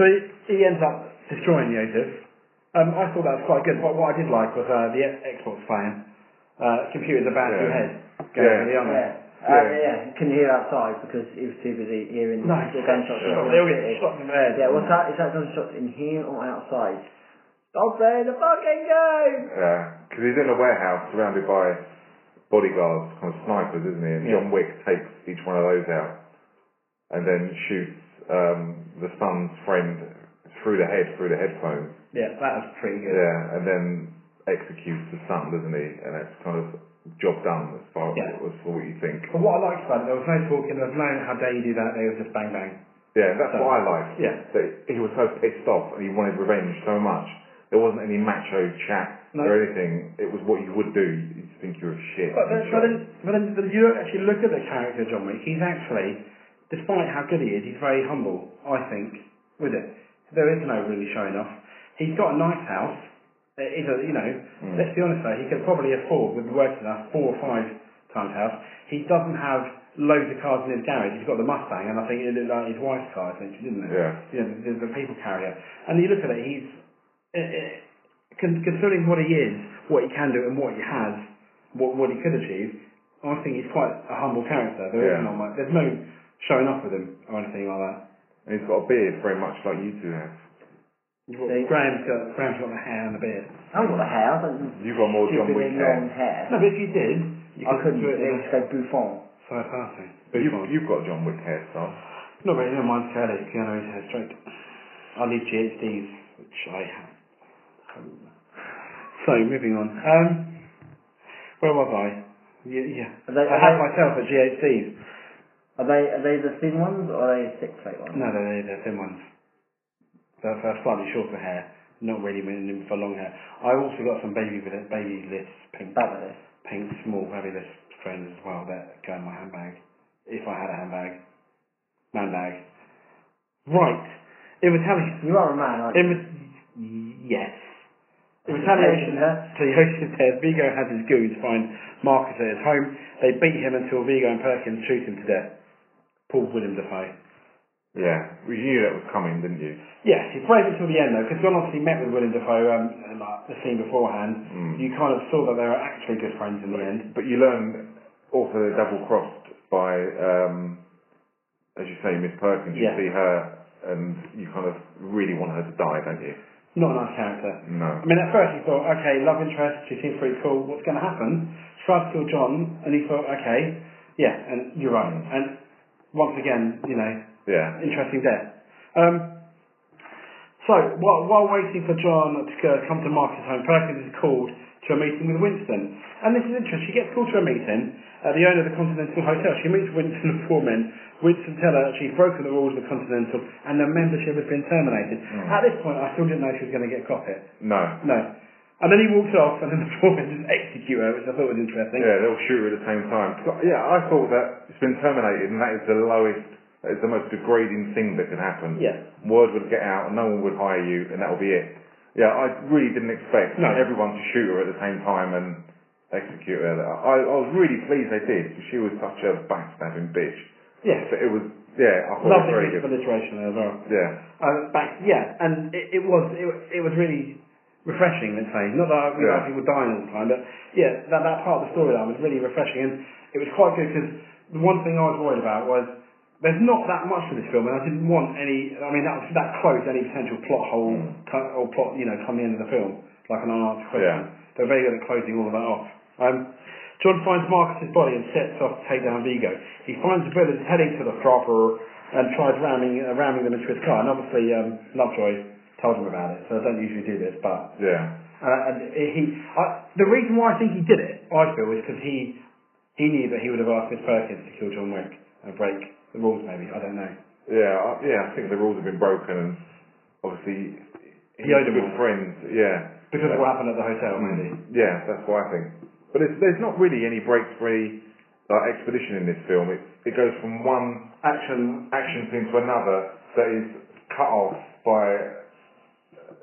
so he, he ends up destroying Joseph. Um, I thought that was quite good. What, what I did like was uh, the X- Xbox playing. Uh, computers are bad
Yeah.
head. Going
Yeah.
for the arm.
Yeah. Uh,
Yeah.
yeah. You couldn't hear outside because he was too busy hearing
No,
the gunshots.
shot. They all get shot in the head.
Yeah, what's that? Is that gunshots in here or outside? Stop there, the fucking game!
Yeah, because he's in a warehouse surrounded by bodyguards, kind of snipers, isn't he? And
Yeah.
John Wick takes each one of those out, and then shoots um, the son's friend through the head through the headphones.
Yeah, that was pretty good.
Yeah, and then executes the son, doesn't he? And that's kind of job done as far
Yeah.
as for what you think.
But what I liked about it, there was no talking, there was no how dare you do that, there was just bang bang.
Yeah, that's
So-
what I like.
yeah.
That he was so pissed off and he wanted revenge so much. There wasn't any macho chat
No.
or anything. It was what you would do. You just think you're a shit.
But then, but
You shot.
then, but then but you actually look at the character John Wick. He's actually, despite how good he is, he's very humble. I think with it, there is no really showing off. He's got a nice house. It is a, you know, let's be honest though, he could probably afford with working enough four or five times house. He doesn't have loads of cars in his garage. He's got the Mustang, and I think it looked like his wife's car, essentially, didn't it?
Yeah.
You know, the, the people carrier. And you look at it, he's it, it, con- considering what he is, what he can do, and what he has, what what he could achieve, I think he's quite a humble character. There is
Yeah.
not much, there's no showing off with him or anything like that.
And he's got a beard very much like you two have.
See?
Graham's got Graham's got the hair and the beard.
I've got the hair. I've got some
You've got more John
stupidly
Wick
long
hair.
hair.
No, but if you did, you
I couldn't.
do it in
They
a
just go bouffant.
third party.
But you've, you've got John Wick hair, style.
No, but no, mine's curly. You know, his hair straight. I need GHDs, which I have. So moving on. Um, where was I? Yeah, yeah.
Are they-
I
are
had
they-
myself at GHDs.
Are they are they the thin ones or are they the thick plate ones?
No, no, no, they're thin ones. They're, they're slightly shorter hair, not really meant for long hair. I also got some baby with baby lips, pink,
Fabulous.
pink small baby lips trainers as well that go in my handbag, if I had a handbag, man bag. Right, in retaliation,
You are a man, aren't
in
you?
re- yes. In retaliation [laughs] to Yoshi's death, Vigo has his goons find Marcus at his home. They beat him until Vigo and Perkins shoot him to death. Paul William Defoe.
Yeah, well, you knew that was coming, didn't you?
Yes, he's brave until the end though, because John obviously met with William Defoe um, in, like, the scene beforehand. You kind of saw that they were actually good friends in the end.
But you learn also they're double crossed by, um, as you say, Miss Perkins. You
Yeah.
see her, and you kind of really want her to die, don't you?
Not a nice character. I
No.
mean, at first you thought, okay, love interest, she seems pretty cool, what's going to happen? Tried to kill John, and you thought, okay, yeah, and you're right. And once again, you know,
Yeah.
interesting death. Um, so, while, while waiting for John to uh, come to Marcus home, Perkins is called to a meeting with Winston. And this is interesting. She gets called to a meeting at the owner of the Continental Hotel. She meets Winston and four men. Winston tells her she's broken the rules of the Continental and their membership has been terminated.
Mm.
At this point, I still didn't know she was going to get coppet.
No.
No. And then he walks off, and then the four men just execute her, which I thought was interesting.
Yeah, they'll shoot her at the same time. So, yeah, I thought that it's been terminated, and that is the lowest, that is the most degrading thing that can happen.
Yeah.
Word would get out, and no one would hire you, and that will be it. Yeah, I really didn't expect
No.
everyone to shoot her at the same time and execute her. I, I was really pleased they did. 'cause She was such a backstabbing bitch.
Yeah.
But it was, yeah, I thought it was
Lovely
very
bit of
good.
alliteration there as well.
Yeah.
Uh, back, yeah, and it, it was it, it was really refreshing. Let's say, not that we
Yeah.
like people dying all the time, but yeah, that that part of the storyline was really refreshing, and it was quite good because the one thing I was worried about was there's not that much to this film, and I didn't want any. I mean, that was that close any potential plot hole co- or plot, you know, come the end of the film, like an unanswered question.
Yeah.
They're very good at closing all of that off. Um, John finds Marcus's body and sets off to take down Vigo. He finds the villains heading to the proper and tries ramming, uh, ramming them into his car. And obviously, um, Lovejoy told him about it, so I don't usually do this, but
Yeah.
uh, and he. I, the reason why I think he did it, I feel, is because he he knew that he would have asked Miss Perkins to kill John Wick and break the rules. Maybe I don't know.
Yeah, I, yeah, I think the rules have been broken, and obviously,
He owed
he's
them one.
good friends, yeah.
Because of
Yeah.
what happened at the hotel, maybe.
Yeah, that's what I think. But it's, there's not really any breakthrough like, expedition in this film. It, it goes from one
Action.
action scene to another that is cut off by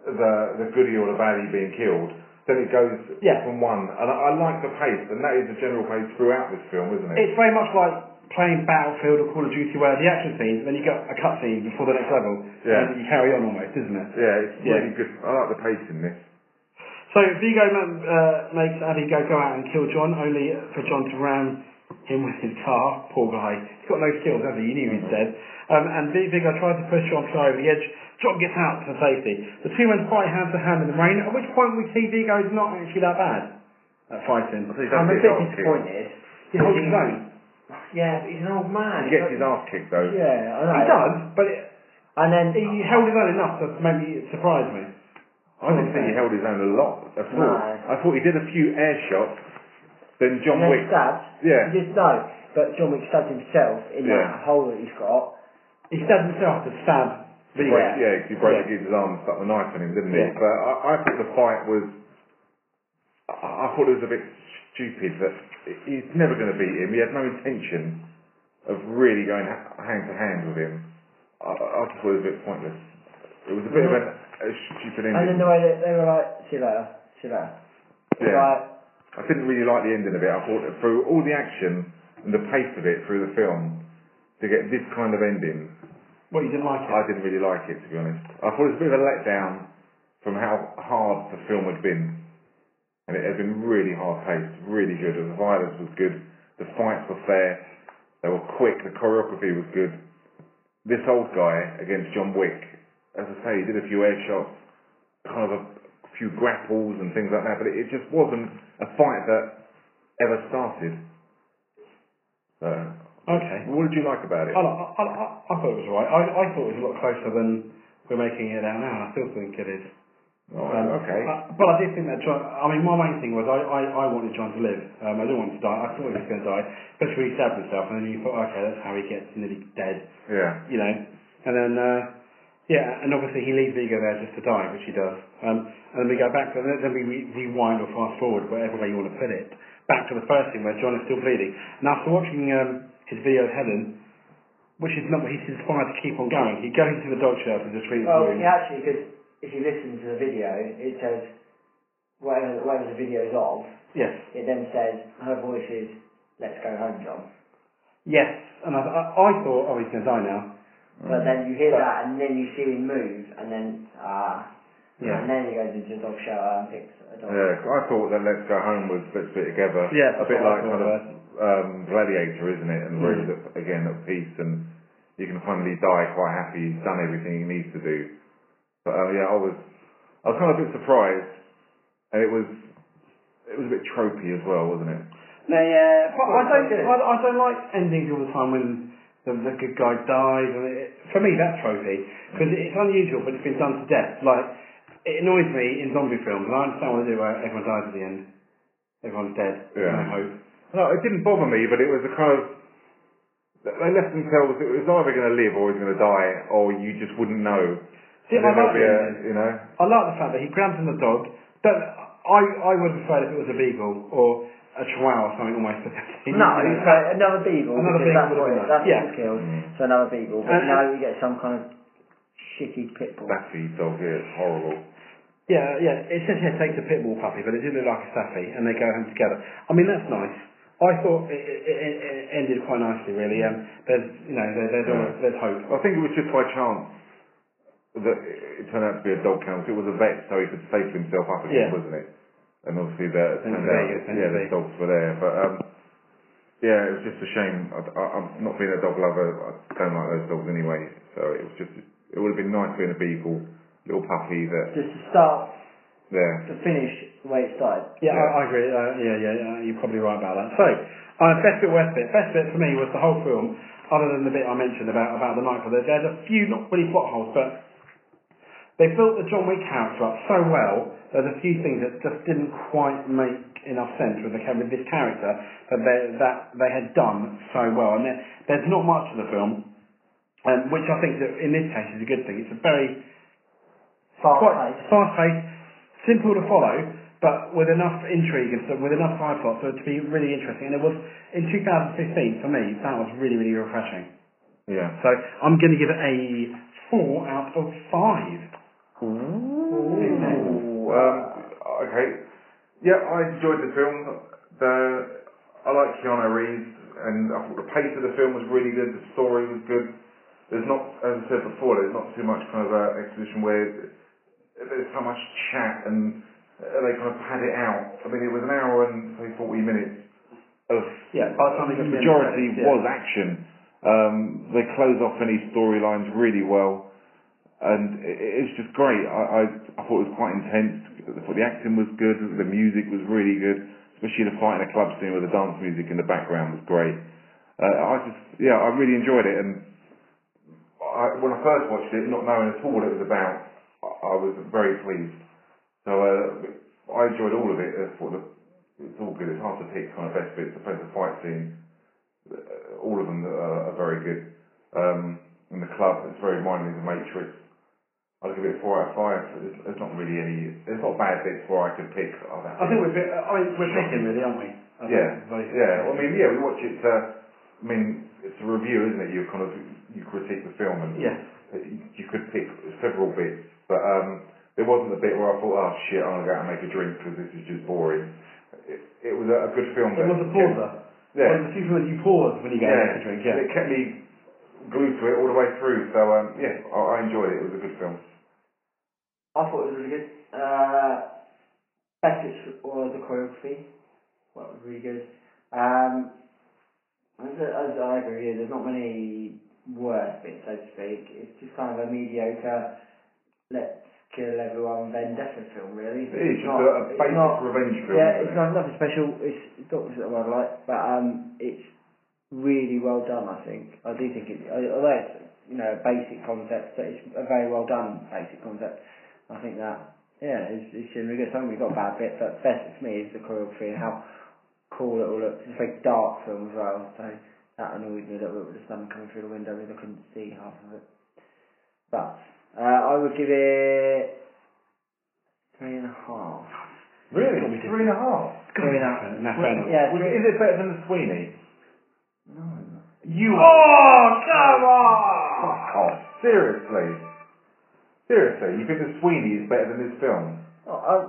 the the goodie or the baddie being killed. Then it goes
Yeah.
from one, and I, I like the pace, and that is the general pace throughout this film, isn't it?
It's very much like playing Battlefield or Call of Duty, where the action scenes, then you get a cutscene before the next level,
Yeah.
and you carry on almost, isn't it?
yeah, it's
Yeah.
really good. I like the pace in this.
So Vigo uh, makes Abby go, go out and kill John, only for John to ram him with his car. Poor guy. He's got no skills, has he? You knew he's dead. Um, and V- Vigo tries to push John fly over the edge. John gets out to safety. The two men fight hand to hand in the rain, at which point we see Vigo is not actually that bad at fighting.
So he's
I'm a
done his
bit
arse kick.
disappointed.
He holds his own.
Yeah, but he's an old man.
Oh, He gets his ass kicked though.
Yeah, I know.
He does, but it,
And then
he held his own enough to maybe surprise me.
I didn't think he held his own a lot at all.
No.
I thought he did a few air shots. Then John
and then
Wick.
stabbed.
Yeah.
He did no, but John Wick stabbed himself in
Yeah.
that hole that he's got.
He stabbed himself to stab
He
Vigo.
broke, yeah, 'cause he broke
Yeah.
his arm and stuck the knife in him, didn't he?
Yeah.
But I, I thought the fight was. I, I thought it was a bit stupid that he- he's never going to beat him. He had no intention of really going ha- hand to hand with him. I, I just thought it was a bit pointless. It was a bit of an, a stupid
And then
ending.
the way that they were like, see you later, see you later. They're
Yeah.
Like,
I didn't really like the ending of it. I thought that through all the action and the pace of it through the film, to get this kind of ending,
Well, you didn't like it.
I didn't really like it to be honest. I thought it was a bit of a letdown from how hard the film had been, and it had been really hard paced, really good. The violence was good, the fights were fair, they were quick, the choreography was good. This old guy against John Wick, as I say, he did a few air shots, kind of a few grapples and things like that, but it, it just wasn't a fight that ever started. So,
Okay.
what did you like about it?
I, li- I, I, I thought it was alright. I, I thought it was a lot closer than we're making it out now. and I still think it is.
Oh,
Um,
okay.
I- but I did think that John. I mean, my main thing was I, I, I wanted John to live. Um, I didn't want him to die. I thought he was going to die, especially when he stabbed himself. And then you thought, okay, that's how he gets nearly dead,
yeah.
you know. And then, uh, yeah, and obviously he leaves Vigo there just to die, which he does. Um, and then we go back, and then then we re- rewind or fast forward, whatever way you want to put it, back to the first thing where John is still bleeding. And after watching um, his video of Helen, which is not what he's inspired to keep on going, he goes to the dog shelter to treat his
well,
wound.
yeah, actually, because if you listen to the video, it says whatever, whatever the video is of.
Yes.
It then says her voice is "Let's go home, John."
Yes. And I, I, I thought, oh, he's going to die now.
Mm.
But then you hear
But-
that, and then you see him move, and then ah,
Yeah.
and then he goes into the dog shower and picks a dog.
Yeah, I thought that Let's Go Home was Let's Do It Together.
Yeah,
a
that's what I
bit like kind of
thought,
um, Gladiator, isn't it? And
Mm.
really, that- again, at peace, and you can finally die quite happy. He's done everything he needs to do. But uh, yeah, I was, I was kind of a bit surprised, and it was, it was a bit tropey as well, wasn't it?
No, yeah, but I
Well,
don't,
okay.
I, I don't like endings all the time when the, the good guy dies. And it, for me, that's trophy because it's unusual, but it's been done to death. Like it annoys me in zombie films, and I understand what they do where everyone dies at the end, everyone's dead,
Yeah.
no hope.
No, it didn't bother me, but it was a kind of. They left themselves. It was either going to live or he's going to die, or you just wouldn't know.
See,
And
I
then there'll
like
be
the
a,
ending.
you know,
I like the fact that he grabs on the dog. Don't, I, I would have preferred if it was a beagle or a chihuahua or something almost. [laughs] You
No,
know,
so another beagle.
Another
because That's what it,
beagle would have been
that's
nice.
what it kills. So another beagle. But
And-
now you get some kind of shitty pit bull.
Staffy dog. Yeah, it's horrible.
Yeah, yeah. It says here takes a pit bull puppy, but it did look like a staffy, and they go home together. I mean, that's nice. I thought it, it, it it ended quite nicely, really. Um, there's, you know, there, there's, always, there's hope.
I think it was just by chance that it turned out to be a dog kennel. 'cause It was a vet, so he could save himself up
Yeah.
again, wasn't it? And obviously, the, it
Thank
turned
you,
out,
thank
yeah,
you.
the dogs were there. But um, yeah, it was just a shame. I, I, I'm not being a dog lover. I don't like those dogs anyway. So it was just, it would have been nice being a beagle, little puppy that
Just to start
there.
to finish the way it started.
Yeah, I, I agree. Uh, yeah, yeah, yeah, you're probably right about that. So, uh, best bit, worst bit. Best bit for me was the whole film, other than the bit I mentioned about about the nightclub. There, there's a few not really plot holes, but they built the John Wick character up so well. There's a few things that just didn't quite make enough sense with, the, char- with this character that they that they had done so well. And there, there's not much to the film, um, which I think that in this case is a good thing. It's a very
Fast
quite
paced.
fast paced, simple to follow, but with enough intrigue and stuff, with enough side plots for it to be really interesting. And it was in 2015 for me that was really really refreshing.
Yeah.
So I'm going to give it a four out of five.
Ooh, um, okay. Yeah, I enjoyed the film. The I like Keanu Reeves, and I thought the pace of the film was really good. The story was good. There's not, as I said before, there's not too much kind of uh, exposition where there's so much chat and uh, they kind of pad it out. I mean, it was an hour and say 40 minutes of
Yeah, by the time they got to the end
the
of
majority
credits, yeah.
was action. Um, they close off any storylines really well and it, it was just great. I, I, I thought it was quite intense. I thought the acting was good. The music was really good, especially the fight in a club scene where the dance music in the background was great. Uh, I just, yeah, I really enjoyed it. And I, when I first watched it, not knowing at all what it was about, I, I was very pleased. So uh, I enjoyed all of it. I thought the, it's all good. It's hard to pick kind of best bits. I suppose the fight scene uh, all of them are, are very good. Um, and the club, it's very reminding me of the Matrix. I'll give it a 4 out of 5. There's, there's not really any, there's not bad bits where I could pick. Oh, that
I think we're bit, I mean, we're picking really, aren't we? I think
yeah,
it's like-
yeah. Well, I mean, yeah, we watch it, uh, I mean, it's a review, isn't it? You kind of, you critique the film and
Yeah.
you could pick several bits, but um, there wasn't a bit where I thought, oh shit, I'm going to go out and make a drink because this is just boring. It, it was a, a good film.
It
but-
was a pauser.
Yeah.
One of the few films you pause when you go yeah. to drink. Yeah.
It kept me glued to it all the way through. So um, yeah, I, I enjoyed it. It was a good film.
I thought it was really good. Uh, best bits was the choreography. What was really good. Um, as, as I agree, there's not many worse bits, so to speak. It's just kind of a mediocre, let's kill everyone vendetta film, really.
It
It's
is just
not-
a, a
it's
basic
not-
revenge film.
Yeah,
isn't
it's
it?
not nothing special. It's it's got what I like, but um, it's really well done. I think I do think it. I- Although it's you know a basic concept, but it's a very well done basic concept. I think that yeah, it's it's really good. Something we got a bad bit, but best for me is the choreography and how cool it all looks. It's a very dark film as well, so that annoyed me a little bit with the sun coming through the window because I couldn't see half of it. But uh, I would give it three and a half.
Really, three and a half.
Three and a half.
No, fair enough.
Yeah,
Was-
three-
Is it better than the Sweeney?
You oh, come on!
Oh, seriously, seriously, you think the Sweeney is better than this film?
Oh, uh,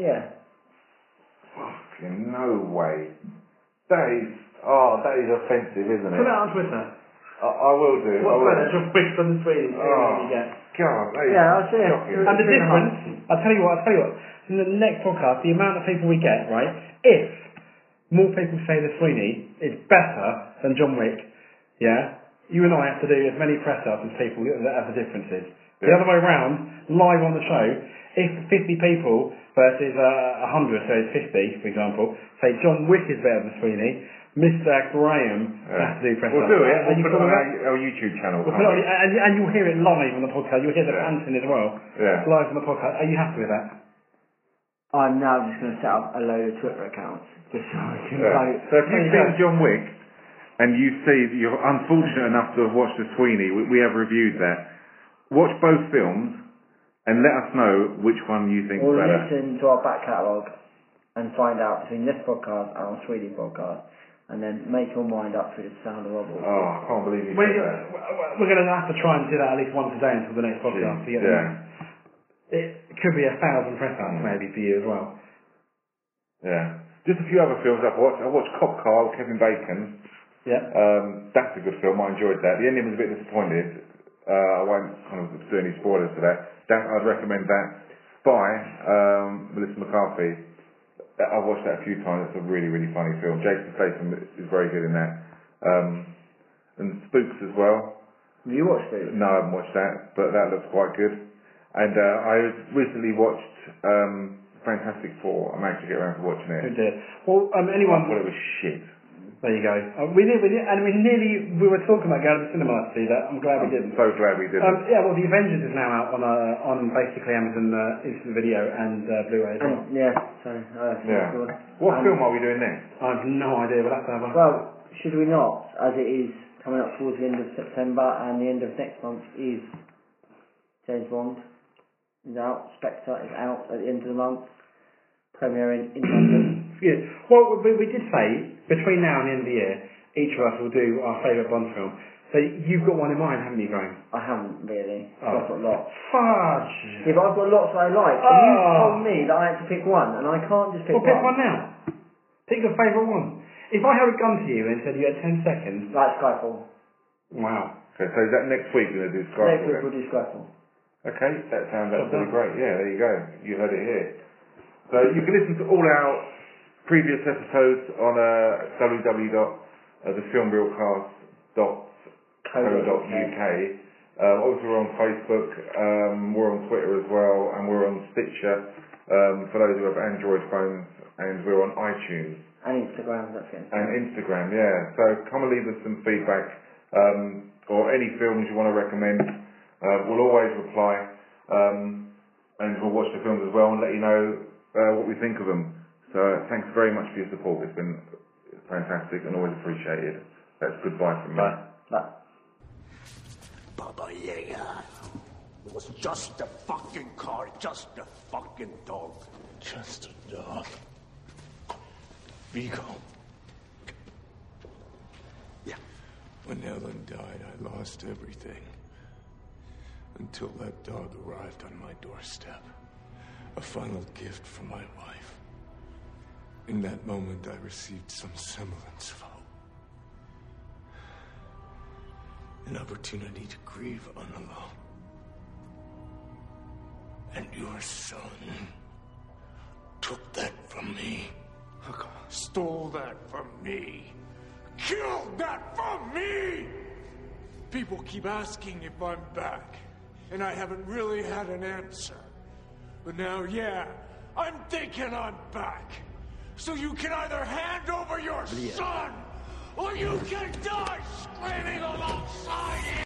yeah.
Fucking no way. That is Oh, that is offensive, isn't
Put
it?
that on Twitter.
I, I will do. I
What's
will.
better? Just big on the Sweden. see what
Oh.
you get.
God, that is
Yeah, I'll see it.
shocking.
And the
Three and a half.
difference, I'll tell you what, I'll tell you what, in the next podcast, the amount of people we get, right, if more people say the Sweeney is better than John Wick, yeah, you and I have to do as many press ups as people that have the differences. The
Yeah.
other way round, live on the show, if 50 people versus uh, 100, so it's 50, for example, say John Wick is better than Sweeney, Mr. Graham has to do press
We'll
ups.
do it.
And
We'll
you
put it
call
on
it
our, our YouTube channel.
well, put
can't
it on
we?
the- and, and you'll hear it live on the podcast. You'll hear the
Yeah.
panting as well.
Yeah.
Live on the podcast. Are you happy with that?
I'm now just going to set up a load of Twitter accounts just so I can
Yeah.
vote.
So if you've seen John Wick and you see that you're unfortunate enough to have watched The Sweeney, we, we have reviewed that. Watch both films and let us know which one you think is
Or
better.
listen to our back catalogue and find out between this podcast and our Sweden podcast, and then make your mind up through the sound of
Oh,
wobble.
I can't believe you
Well,
said
you-
that.
We're going to have to try and do that at least once a day until the next podcast. to get
yeah.
It could be a thousand press ups maybe for you as well.
Yeah. Just a few other films I've watched. I watched Cop Car with Kevin Bacon.
Yeah.
Um, that's a good film. I enjoyed that. The ending was a bit disappointed. Uh, I won't kind of do any spoilers for that. That I'd recommend that by um, Melissa McCarthy. That- I've watched that a few times. It's a really really funny film. Jason Statham is very good in that. Um, and Spooks as well.
Have you watched it?
No, I haven't watched that, but that looks quite good. And uh, I recently watched um, Fantastic Four. I managed to get around to watching it.
Good deal. Well, um,
I
anyone.
thought it was shit.
There you go. Uh, we did, we did, and we nearly we were talking about going to the cinema to see that. I'm glad we didn't.
I'm so glad we did it.
Um, yeah, well, The Avengers is now out on uh, on basically Amazon uh, Instant Video and uh, Blu-ray as well.
And, yeah, sorry. Uh,
Yeah.
good.
What
And-
film are we doing next?
I have no idea. We'll have to have a
Well, should we not, as it is coming up towards the end of September and the end of next month is James Bond is out, Spectre is out at the end of the month, premiering in London.
Yeah. Well, we, we did say between now and the end of the year, each of us will do our favourite Bond film. So you've got one in mind, haven't you, Graham?
I haven't really.
Oh.
I've got lots.
Fudge.
Yeah, but I've got lots that I like. And you
Oh.
told me that I had to pick one, and I can't just pick
Well, pick
one.
one now. Pick your favourite oh one. If I had a gun to you and said you had ten seconds,
Like Skyfall.
wow.
Okay, so is that next week we're going to do Skyfall?
Next week
then?
we'll do Skyfall.
Okay, that sounds
Well
absolutely
done.
great. Yeah, there you go. You heard it here. So you can listen to all our previous episodes on uh, www.thefilmreelcast.co.uk. Um, obviously, we're on Facebook, um, we're on Twitter as well, and we're on Stitcher um, for those who have Android phones, and we're on iTunes.
And Instagram, that's it.
and Instagram, yeah. So come and leave us some feedback um, or any films you want to recommend. Uh, we'll always reply um, and we'll watch the films as well and let you know uh, what we think of them. So thanks very much for your support. It's been fantastic and always appreciated. That's goodbye from me.
But
Baba Yaga. It was just a fucking car, just a fucking dog. Just a dog. Vigo. Yeah.
When Ellen died, I lost everything. Until that dog arrived on my doorstep. A final gift from my wife. In that moment, I received some semblance of hope. An opportunity to grieve unalone. And your son took that from me. Stole that from me killed that for me! People keep asking if I'm back, and I haven't really had an answer. But now, yeah, I'm thinking I'm back. So you can either hand over your son, or you can die screaming alongside him!